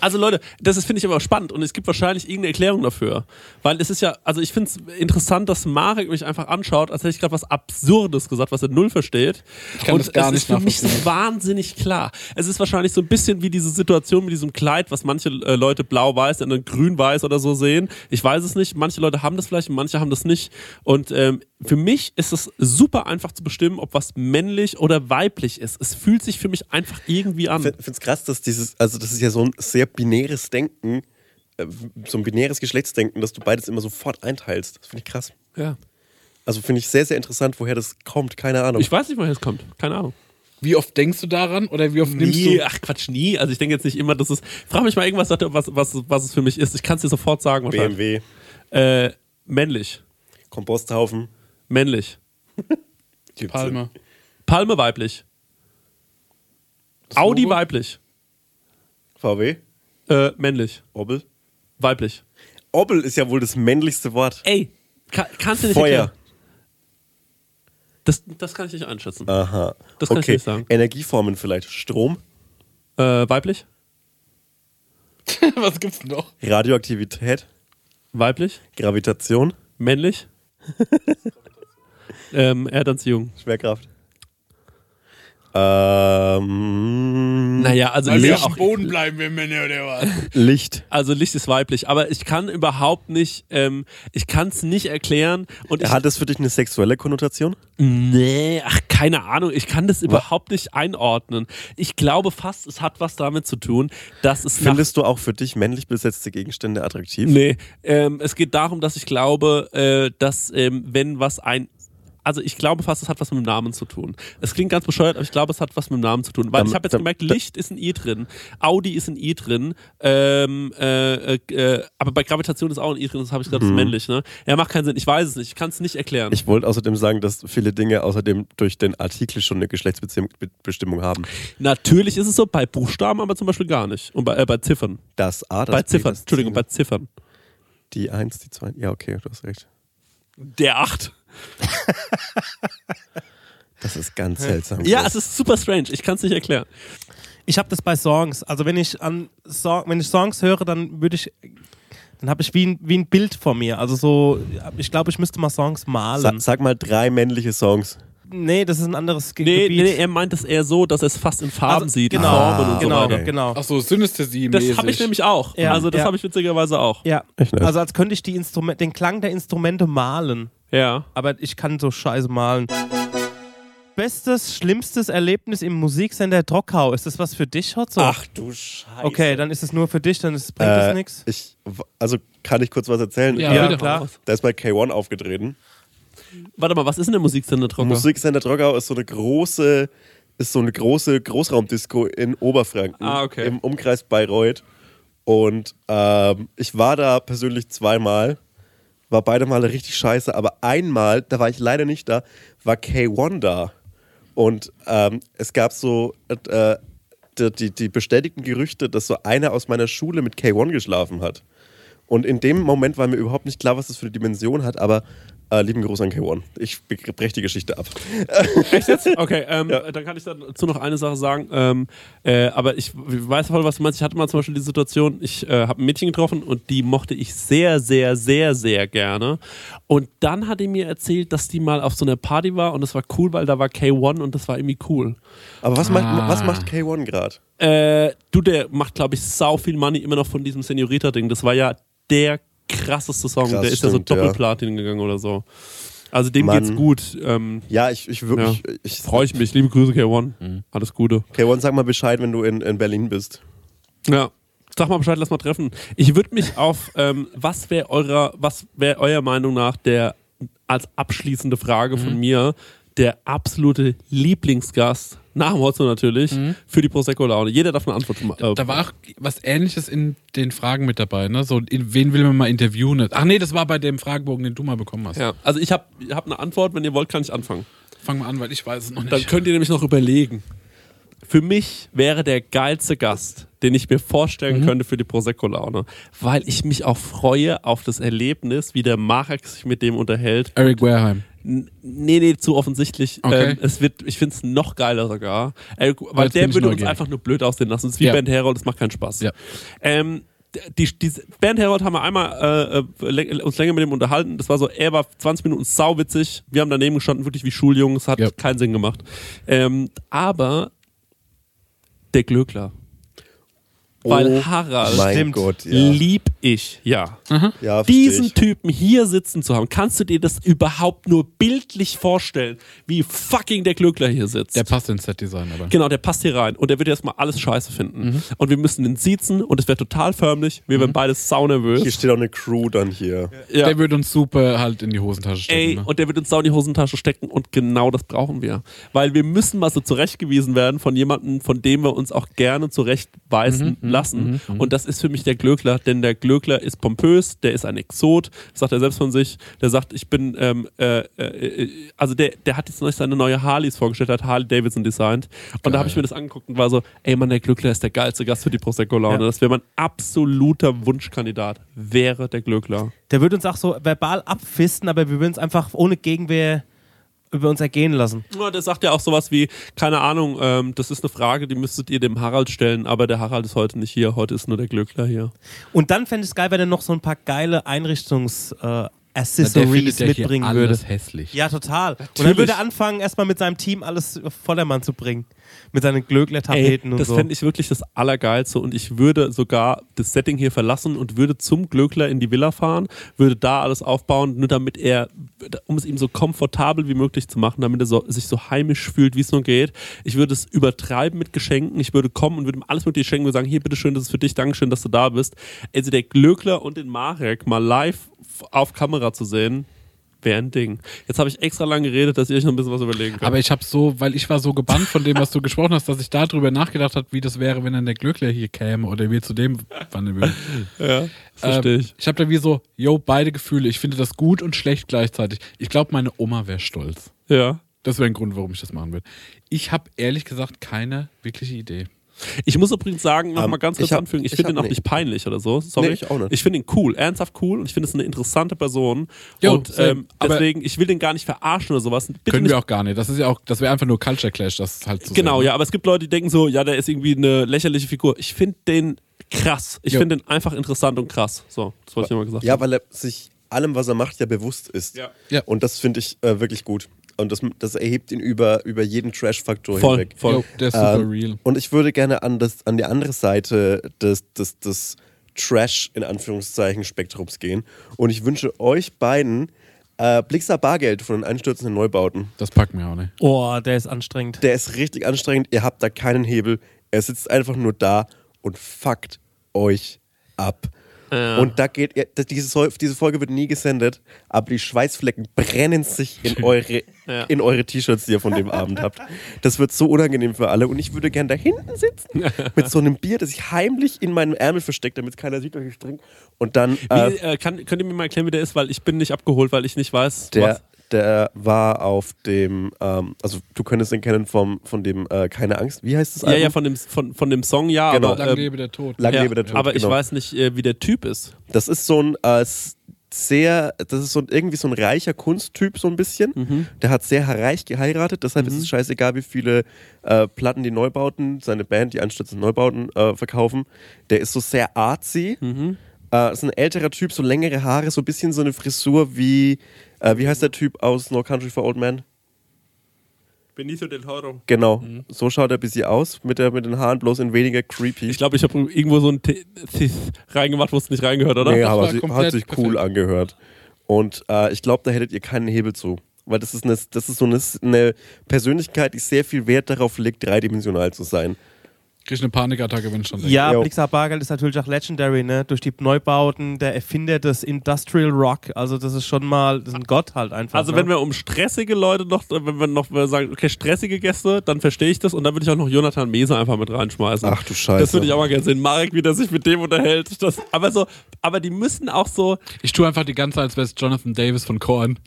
Also Leute, das ist- finde ich aber spannend und es gibt wahrscheinlich irgendeine Erklärung dafür. Weil es ist ja, also ich finde es interessant, dass Marek mich einfach anschaut, als hätte ich gerade was Absurdes gesagt, was er null versteht. Ich
kann
und
das gar
es
nicht
ist für mich so
nachvollziehen.
wahnsinnig klar. Es ist wahrscheinlich so ein bisschen wie diese Situation mit diesem Kleid, was manche äh, Leute blau-weiß und dann grün-weiß oder so sehen. Ich weiß es nicht. Manche Leute haben das vielleicht und manche haben das nicht. Und ähm, für mich ist es super einfach zu bestimmen, ob was männlich oder weiblich ist. Es fühlt sich für mich einfach irgendwie an.
Ich finde es krass, dass dieses, also das ist ja so ein sehr binäres Denken, äh, so ein binäres Geschlechtsdenken, dass du beides immer sofort einteilst. Das finde ich krass.
Ja.
Also finde ich sehr, sehr interessant, woher das kommt. Keine Ahnung.
Ich weiß nicht, woher es kommt. Keine Ahnung.
Wie oft denkst du daran oder wie oft nimmst
Nie,
du.
ach Quatsch, nie. Also ich denke jetzt nicht immer, dass es. Frag mich mal irgendwas, was, was, was es für mich ist. Ich kann es dir sofort sagen wahrscheinlich.
BMW,
Äh, männlich.
Komposthaufen.
Männlich.
gibt's.
Palme.
Palme weiblich. Audi
Logo?
weiblich.
VW,
Äh, männlich.
Obbel.
Weiblich.
Obbel ist ja wohl das männlichste Wort.
Ey, ka- kannst du nicht
Feuer.
erklären. Das, das kann ich nicht einschätzen.
Aha.
Das kann ich
okay.
nicht sagen.
Energieformen vielleicht. Strom,
Äh, weiblich?
Was gibt's noch?
Radioaktivität,
Weiblich?
Gravitation,
Männlich? ähm, Erdanziehung.
Schwerkraft. Ähm,
Naja, also
Weil
ist
wir
ja
auf dem
auch,
Boden bleiben, wir Männer oder was?
Licht.
also Licht ist weiblich, aber ich kann überhaupt nicht, ähm, ich kann es nicht erklären und ich,
Hat das für dich eine sexuelle Konnotation?
nee, ach keine Ahnung, ich kann das überhaupt nicht einordnen. Ich glaube fast, es hat was damit zu tun, dass es nach
Findest du auch für dich männlich besetzte Gegenstände attraktiv?
Nee, ähm, es geht darum, dass ich glaube, äh, dass ähm, wenn was ein... Also ich glaube fast, es hat was mit dem Namen zu tun. Es klingt ganz bescheuert, aber ich glaube, es hat was mit dem Namen zu tun. Weil
Dann-
ich habe jetzt
dann-
gemerkt, Licht ist ein I drin, Audi ist ein I drin, ähm, äh, äh, aber bei Gravitation ist auch ein I drin, das habe ich gerade, das ist männlich. Ne? Ja, macht keinen Sinn, ich weiß es nicht, ich kann es nicht erklären.
Mhm. Ich wollte außerdem sagen, dass viele Dinge außerdem durch den Artikel schon eine Geschlechtsbestimmung haben.
Natürlich ist es so, bei Buchstaben aber zum Beispiel gar nicht. Und bei, äh, bei Ziffern.
Das A, das
bei
B,
Ziffern,
das C,
Entschuldigung, bei Ziffern.
die 1, die 2. Ja, okay, du hast recht.
Der Acht.
Das ist ganz seltsam.
Ja, es ist super strange, ich kann es nicht erklären.
Ich habe das bei Songs. Also wenn ich an Song, wenn ich Songs höre, dann würde ich, dann habe ich wie ein, wie ein Bild vor mir. Also so, ich glaube, ich müsste mal Songs
Sa
also
malen.
sag mal drei männliche Songs.
nee, das ist ein anderes Ge-
Nee,
Gebiet.
nee, nee, er meint es eher so, dass er es fast in Farben
also,
sieht,
genau,
in Formen und
genau,
so weiter.
genau.
Achso, Synästhesie.
Das habe ich nämlich auch.
Ja,
also das
ja.
habe ich witzigerweise auch.
Ja,
Echt nett.
also als könnte ich die Instrumente, den Klang der Instrumente malen.
Ja.
aber ich kann so scheiße malen. Bestes, schlimmstes Erlebnis im Musiksender Trockau. Ist das was für dich, Hotzo?
du Scheiße.
Okay, dann ist es nur für dich, dann ist, bringt das
Äh,
nichts.
ich, also kann ich kurz was erzählen?
Ja, bitte.
klar.
Da ist mal K1 aufgetreten.
Warte mal, was ist denn der Musiksender Trocker?
Musiksender Trockau ist so eine große, ist so eine große Großraumdisco in Oberfranken.
Ah, okay.
Im Umkreis Bayreuth. Und ähm, ich war da persönlich zweimal, war beide Male richtig scheiße, aber einmal, da war ich leider nicht da, war K1 da. Und ähm, es gab so äh, die, die, die bestätigten Gerüchte, dass so einer aus meiner Schule mit K1 geschlafen hat. Und in dem Moment war mir überhaupt nicht klar, was das für eine Dimension hat, aber äh, lieben Gruß an K1. Ich breche die Geschichte ab.
Echt jetzt? Okay, ähm, dann kann ich dazu noch eine Sache sagen. Ähm, äh, aber ich w- weiß voll, was du meinst. Ich hatte mal zum Beispiel die Situation, ich äh, habe ein Mädchen getroffen und die mochte ich sehr, sehr, sehr, sehr gerne. Und dann hat die mir erzählt, dass die mal auf so einer Party war und das war cool, weil da war K1 und das war irgendwie cool.
Aber was,
Ah.
macht, was macht K1 gerade?
Äh, du, der macht, glaube ich, sau viel Money immer noch von diesem Senorita-Ding. Das war ja der krasseste Song.
Krass,
der ist ja so
stimmt, ja.
Doppelplatin gegangen oder so. Also dem
Mann.
geht's gut. Ähm,
Ja, ich, ich
ja.
wirklich. Ich,
Freue ich mich. Liebe Grüße, K1. Alles Gute.
K1, sag mal Bescheid, wenn du in, in Berlin bist.
Ja. Sag mal Bescheid, lass mal treffen. Ich würde mich auf, ähm, was wäre eurer, was wäre eurer Meinung nach der als abschließende Frage von mir der absolute Lieblingsgast nach dem Hotzo natürlich für die Prosecco Laune. Jeder darf eine Antwort äh, machen.
Da war auch was ähnliches in den Fragen mit dabei, ne? So, in, wen will man mal interviewen? Ach nee, das war bei dem Fragebogen, den du mal bekommen hast.
Ja, also ich habe hab eine Antwort, wenn ihr wollt, kann ich anfangen.
Fang mal an, weil ich weiß es noch nicht.
Dann könnt ihr nämlich noch überlegen. Für mich wäre der geilste Gast, den ich mir vorstellen könnte für die Prosecco-Laune, weil ich mich auch freue auf das Erlebnis, wie der Marek sich mit dem unterhält.
Eric Wareheim.
N nee, nee, zu offensichtlich.
Okay.
Ähm, es wird, ich finde es noch geiler sogar, äh, weil
jetzt
der
bin ich
würde uns
neugierig.
einfach nur blöd aussehen lassen. Das ist wie
Ja.
Bernd Herold, das macht keinen Spaß.
Ja.
Ähm, die, die, Bernd Herold haben wir einmal äh, äh, läng- uns länger mit dem unterhalten. Das war so, er war 20 Minuten sauwitzig. Wir haben daneben gestanden, wirklich wie Schuljungs. Hat
Ja.
keinen Sinn gemacht. Ähm, aber der Glöckler. Weil
Oh
Harald
mein
stimmt,
Gott, ja.
lieb ich, ja.
Ja, versteh
Diesen
ich.
Typen hier sitzen zu haben, kannst du dir das überhaupt nur bildlich vorstellen, wie fucking der Glückler hier sitzt?
Der passt ins Set-Design, aber.
Genau, der passt hier rein und der wird jetzt mal alles scheiße finden. Und wir müssen den siezen und es wäre total förmlich. Wir wären beide
Hier
saunervös.
steht auch eine Crew dann hier.
Ja.
Der würde uns super halt in die Hosentasche stecken.
Ey,
ne?
und der wird uns sau in die Hosentasche stecken und genau das brauchen wir. Weil wir müssen mal so zurechtgewiesen werden von jemandem, von dem wir uns auch gerne zurechtweisen lassen. Und das ist für mich der Glöckler, denn der Glöckler ist pompös, der ist ein Exot, sagt er selbst von sich. Der sagt, ich bin, ähm, äh, äh, äh, also der, der hat jetzt noch seine neue Harleys vorgestellt, hat Harley Davidson designt. Und da habe ich mir das angeguckt und war so, ey Mann, der Glöckler ist der geilste Gast für die Prosecco-Laune.
Ja.
Das wäre mein absoluter Wunschkandidat, wäre der Glöckler.
Der würde uns auch so verbal abfisten, aber wir würden es einfach ohne Gegenwehr über uns ergehen lassen.
Ja, der sagt ja auch sowas wie, keine Ahnung, ähm, das ist eine Frage, die müsstet ihr dem Harald stellen, aber der Harald ist heute nicht hier, heute ist nur der Glöckler hier.
Und dann fände ich es geil, wenn er noch so ein paar geile Einrichtungs-Accessories äh,
der
Accessories
findet ja hier
mitbringen
alles
würde.
hässlich.
Ja, total. Und dann würde er anfangen, erstmal mit seinem Team alles auf Vordermann zu bringen. Mit seinen
Ey,
Glöckler-Tapeten und
das
so.
fände ich wirklich das Allergeilste und ich würde sogar das Setting hier verlassen und würde zum Glöckler in die Villa fahren, würde da alles aufbauen, nur damit er, um es ihm so komfortabel wie möglich zu machen, damit er so, sich so heimisch fühlt, wie es nur geht. Ich würde es übertreiben mit Geschenken, ich würde kommen und würde ihm alles Mögliche schenken und sagen, hier, bitteschön, das ist für dich, Dankeschön, dass du da bist. Also der Glöckler und den Marek mal live f- auf Kamera zu sehen, wäre ein Ding. Jetzt habe ich extra lang geredet, dass ihr euch noch ein bisschen was überlegen könnt.
Aber äh, ich habe so, weil ich war so gebannt von dem, was du gesprochen hast, dass ich darüber nachgedacht habe, wie das wäre, wenn dann der Glöckler hier käme oder wir zu dem wandern würden.
verstehe ich.
Ähm, Ich habe da wie so, yo, beide Gefühle. Ich finde das gut und schlecht gleichzeitig. Ich glaube, meine Oma wäre stolz.
ja.
Das wäre ein Grund, warum ich das machen würde. Ich habe ehrlich gesagt keine wirkliche Idee.
Ich muss übrigens sagen,
Ähm,
nochmal ganz kurz
ich hab-
anfügen, ich,
ich
finde
hab
ihn auch
ne-
nicht peinlich oder so. Sorry.
Nee, ich auch nicht.
Ich finde ihn cool, ernsthaft cool und ich finde es eine interessante Person.
Jo,
und
same.
ähm,
Aber-
deswegen, ich will den gar nicht verarschen oder sowas. Bitte
Können
nicht
wir auch gar nicht. Das ist ja auch, das wäre einfach nur Culture Clash, das halt zu
Genau,
sehen.
ja, aber es gibt Leute, die denken so, ja, der ist irgendwie eine lächerliche Figur. Ich finde den krass. Ich
Jo.
finde den einfach interessant und krass. So, das wollte ich nochmal gesagt
Ja,
haben.
weil er sich allem, was er macht, ja bewusst ist.
Ja.
Ja.
Und das finde ich äh, wirklich gut. Und das, das erhebt ihn über, über jeden Trash-Faktor
Voll,
hinweg.
voll.
Yo, der ist super
Ähm,
real.
Und ich würde gerne an, das, an die andere Seite des, des, des Trash in Anführungszeichen Spektrums gehen. Und ich wünsche euch beiden äh, Blixer Bargeld von den einstürzenden Neubauten.
Das packt mir auch nicht.
oh, der ist anstrengend.
Der ist richtig anstrengend, ihr habt da keinen Hebel. Er sitzt einfach nur da und fuckt euch ab. Und da geht ihr, das- diese, Sol- diese Folge wird nie gesendet, aber die Schweißflecken brennen sich in eure, in eure T-Shirts, die ihr von dem Abend habt. Das wird so unangenehm für alle und ich würde gern da hinten sitzen mit so einem Bier, das ich heimlich in meinem Ärmel verstecke, damit keiner sieht, was ich trinke. Und dann
Wie,
äh,
äh, kann, könnt ihr mir mal erklären, wie der ist? Weil ich bin nicht abgeholt, weil ich nicht weiß,
der,
was.
der war auf dem, ähm, also du könntest ihn kennen vom, von dem äh, Keine Angst, wie heißt das
Ja, ja, von dem, von, von dem Song, ja.
Genau.
Aber,
Lang
ähm,
lebe der Tod.
Lang
ja,
lebe der Tod.
aber
genau.
ich weiß nicht, äh, wie der Typ ist.
Das ist so ein äh, s- sehr, das ist so ein, irgendwie so ein reicher Kunsttyp, so ein bisschen. Der hat sehr reich geheiratet, deshalb ist es scheißegal, wie viele äh, Platten die Neubauten, seine Band, die anstützend Neubauten äh, verkaufen. Der ist so sehr artsy. Äh, ist ein älterer Typ, so längere Haare, so ein bisschen so eine Frisur wie, äh, wie heißt der Typ aus No Country for Old Men?
Benicio del Toro.
Genau, so schaut er ein bisschen aus, mit, der, mit den Haaren bloß in weniger creepy.
Ich glaube, ich habe irgendwo so ein T- Th reingemacht, wo es nicht reingehört, oder?
Nee,
Das
aber
war
sie,
komplett
hat sich cool
perfekt.
angehört. Und äh, ich glaube, da hättet ihr keinen Hebel zu. Weil das ist, eine, das ist so eine, eine Persönlichkeit, die sehr viel Wert darauf legt, dreidimensional zu sein.
Krieg ich eine Panikattacke, wenn ich schon denke.
Ja,
Jo.
Blixer Bargeld ist natürlich auch legendary, ne? Durch die Neubauten, der Erfinder des Industrial Rock. Also, das ist schon mal, das ist ein Gott halt einfach.
Also
ne?
wenn wir um stressige Leute noch, wenn wir noch sagen, okay, stressige Gäste, dann verstehe ich das und dann würde ich auch noch Jonathan Mese einfach mit reinschmeißen.
Ach du Scheiße.
Das würde ich auch mal gerne sehen. Marek, wie der sich mit dem unterhält. Das, aber so, aber die müssen auch so,
Ich tue einfach die ganze Zeit, als wäre es Jonathan Davis von Korn.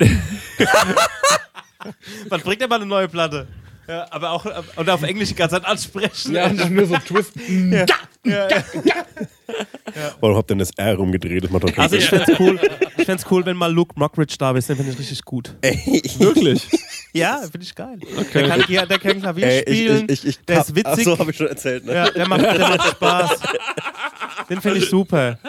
Man bringt ja mal eine neue Platte. Ja, aber auch äh, und auf Englisch die ganze Zeit ansprechen.
dann nur so Twist.
Warum habt ihr denn das R rumgedreht? Das macht doch keinen
Also,
Sinn.
ich fänd's cool, ich fänd's cool, wenn mal Luke Mockridge da ist, den finde ich richtig gut.
wirklich.
Ja, finde ich geil. Der, kann, Gia- der kann Klavier
Ey, ich-
spielen,
ich- ich- ich-
der ist
Ach
witzig,
so, habe ich schon erzählt. Ne?
ja, der, macht, der macht Spaß. Den finde ich super.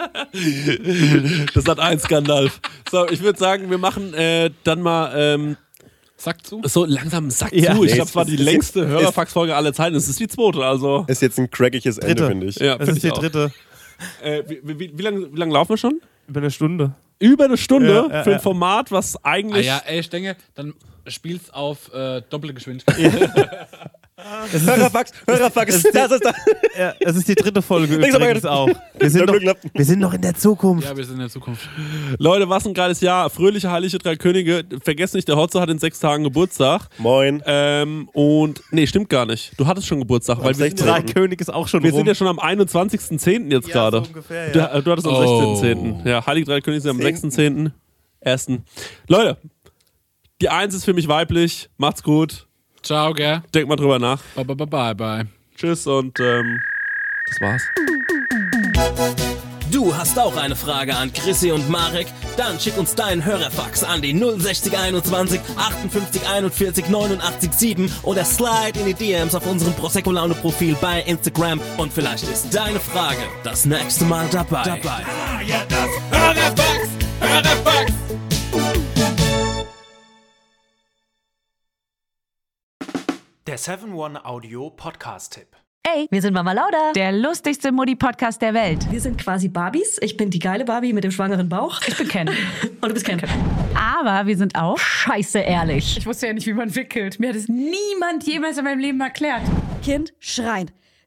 Das hat ein Skandal. So, ich würde sagen, wir machen äh, dann mal ähm,
Sack zu.
So langsam Sack
Ja.
zu. Ich
Nee,
glaube,
es
es war
ist-
die
es ist-
längste
es-
Hörerfax-Folge aller Zeiten. Es ist die zweite, also.
Ist jetzt ein crackiges Ende,
Dritte.
finde ich.
Ja,
Das
find
ist
ich
die
auch.
dritte.
Äh, wie wie, wie lange wie lang laufen wir schon?
Über eine Stunde.
Über eine Stunde
Ja, ja,
für ein
ja.
Format, was
Ah
eigentlich.
ja, ey, ich denke, dann spielst auf äh, doppelte Geschwindigkeit.
Hörerfax, Hörerfax, das ist da.
Ja, das ist die dritte Folge
Links aber
übrigens
jetzt.
auch. Wir sind,
Glück
noch,
gehabt.
wir sind noch in der Zukunft.
ja, wir sind in der Zukunft.
Leute, was ein geiles Jahr. Fröhliche Heilige Drei Könige. Vergesst nicht, der Hotzo hat in sechs Tagen Geburtstag.
Moin.
Ähm, und. Nee, stimmt gar nicht. Du hattest schon Geburtstag, weil wir sind,
16.
ja,
Drei König ist auch schon
wir
rum.
sind ja schon am 21.10. jetzt
Ja, so
gerade.
ungefähr, ja.
du, äh, du hattest am
Oh.
16.10. Ja, Heilige Drei Könige sind am
Zehnten.
16.10. Ersten. Leute, die Eins ist für mich weiblich. Macht's gut.
Ciao, gell?
Denkt mal drüber nach.
Bye, bye, bye, bye, bye.
Tschüss und ähm, das war's.
Du hast auch eine Frage an Chrissy und Marek? Dann schick uns deinen Hörerfax an die 06021 58 41 89 7 oder slide in die DMs auf unserem Prosecco Laune Profil bei Instagram und vielleicht ist deine Frage das nächste Mal dabei. dabei.
Ja, das Hörerfax, Hörerfax.
Der 7-One-Audio-Podcast-Tipp.
Ey, wir sind Mama Lauda. Der lustigste Mutti-Podcast der Welt.
Wir sind quasi Barbies. Ich bin die geile Barbie mit dem schwangeren Bauch.
Ich bin Ken.
Und du bist Ken.
Aber wir sind auch scheiße ehrlich.
Ich wusste ja nicht, wie man wickelt. Mir hat es niemand jemals in meinem Leben erklärt.
Kind schreien.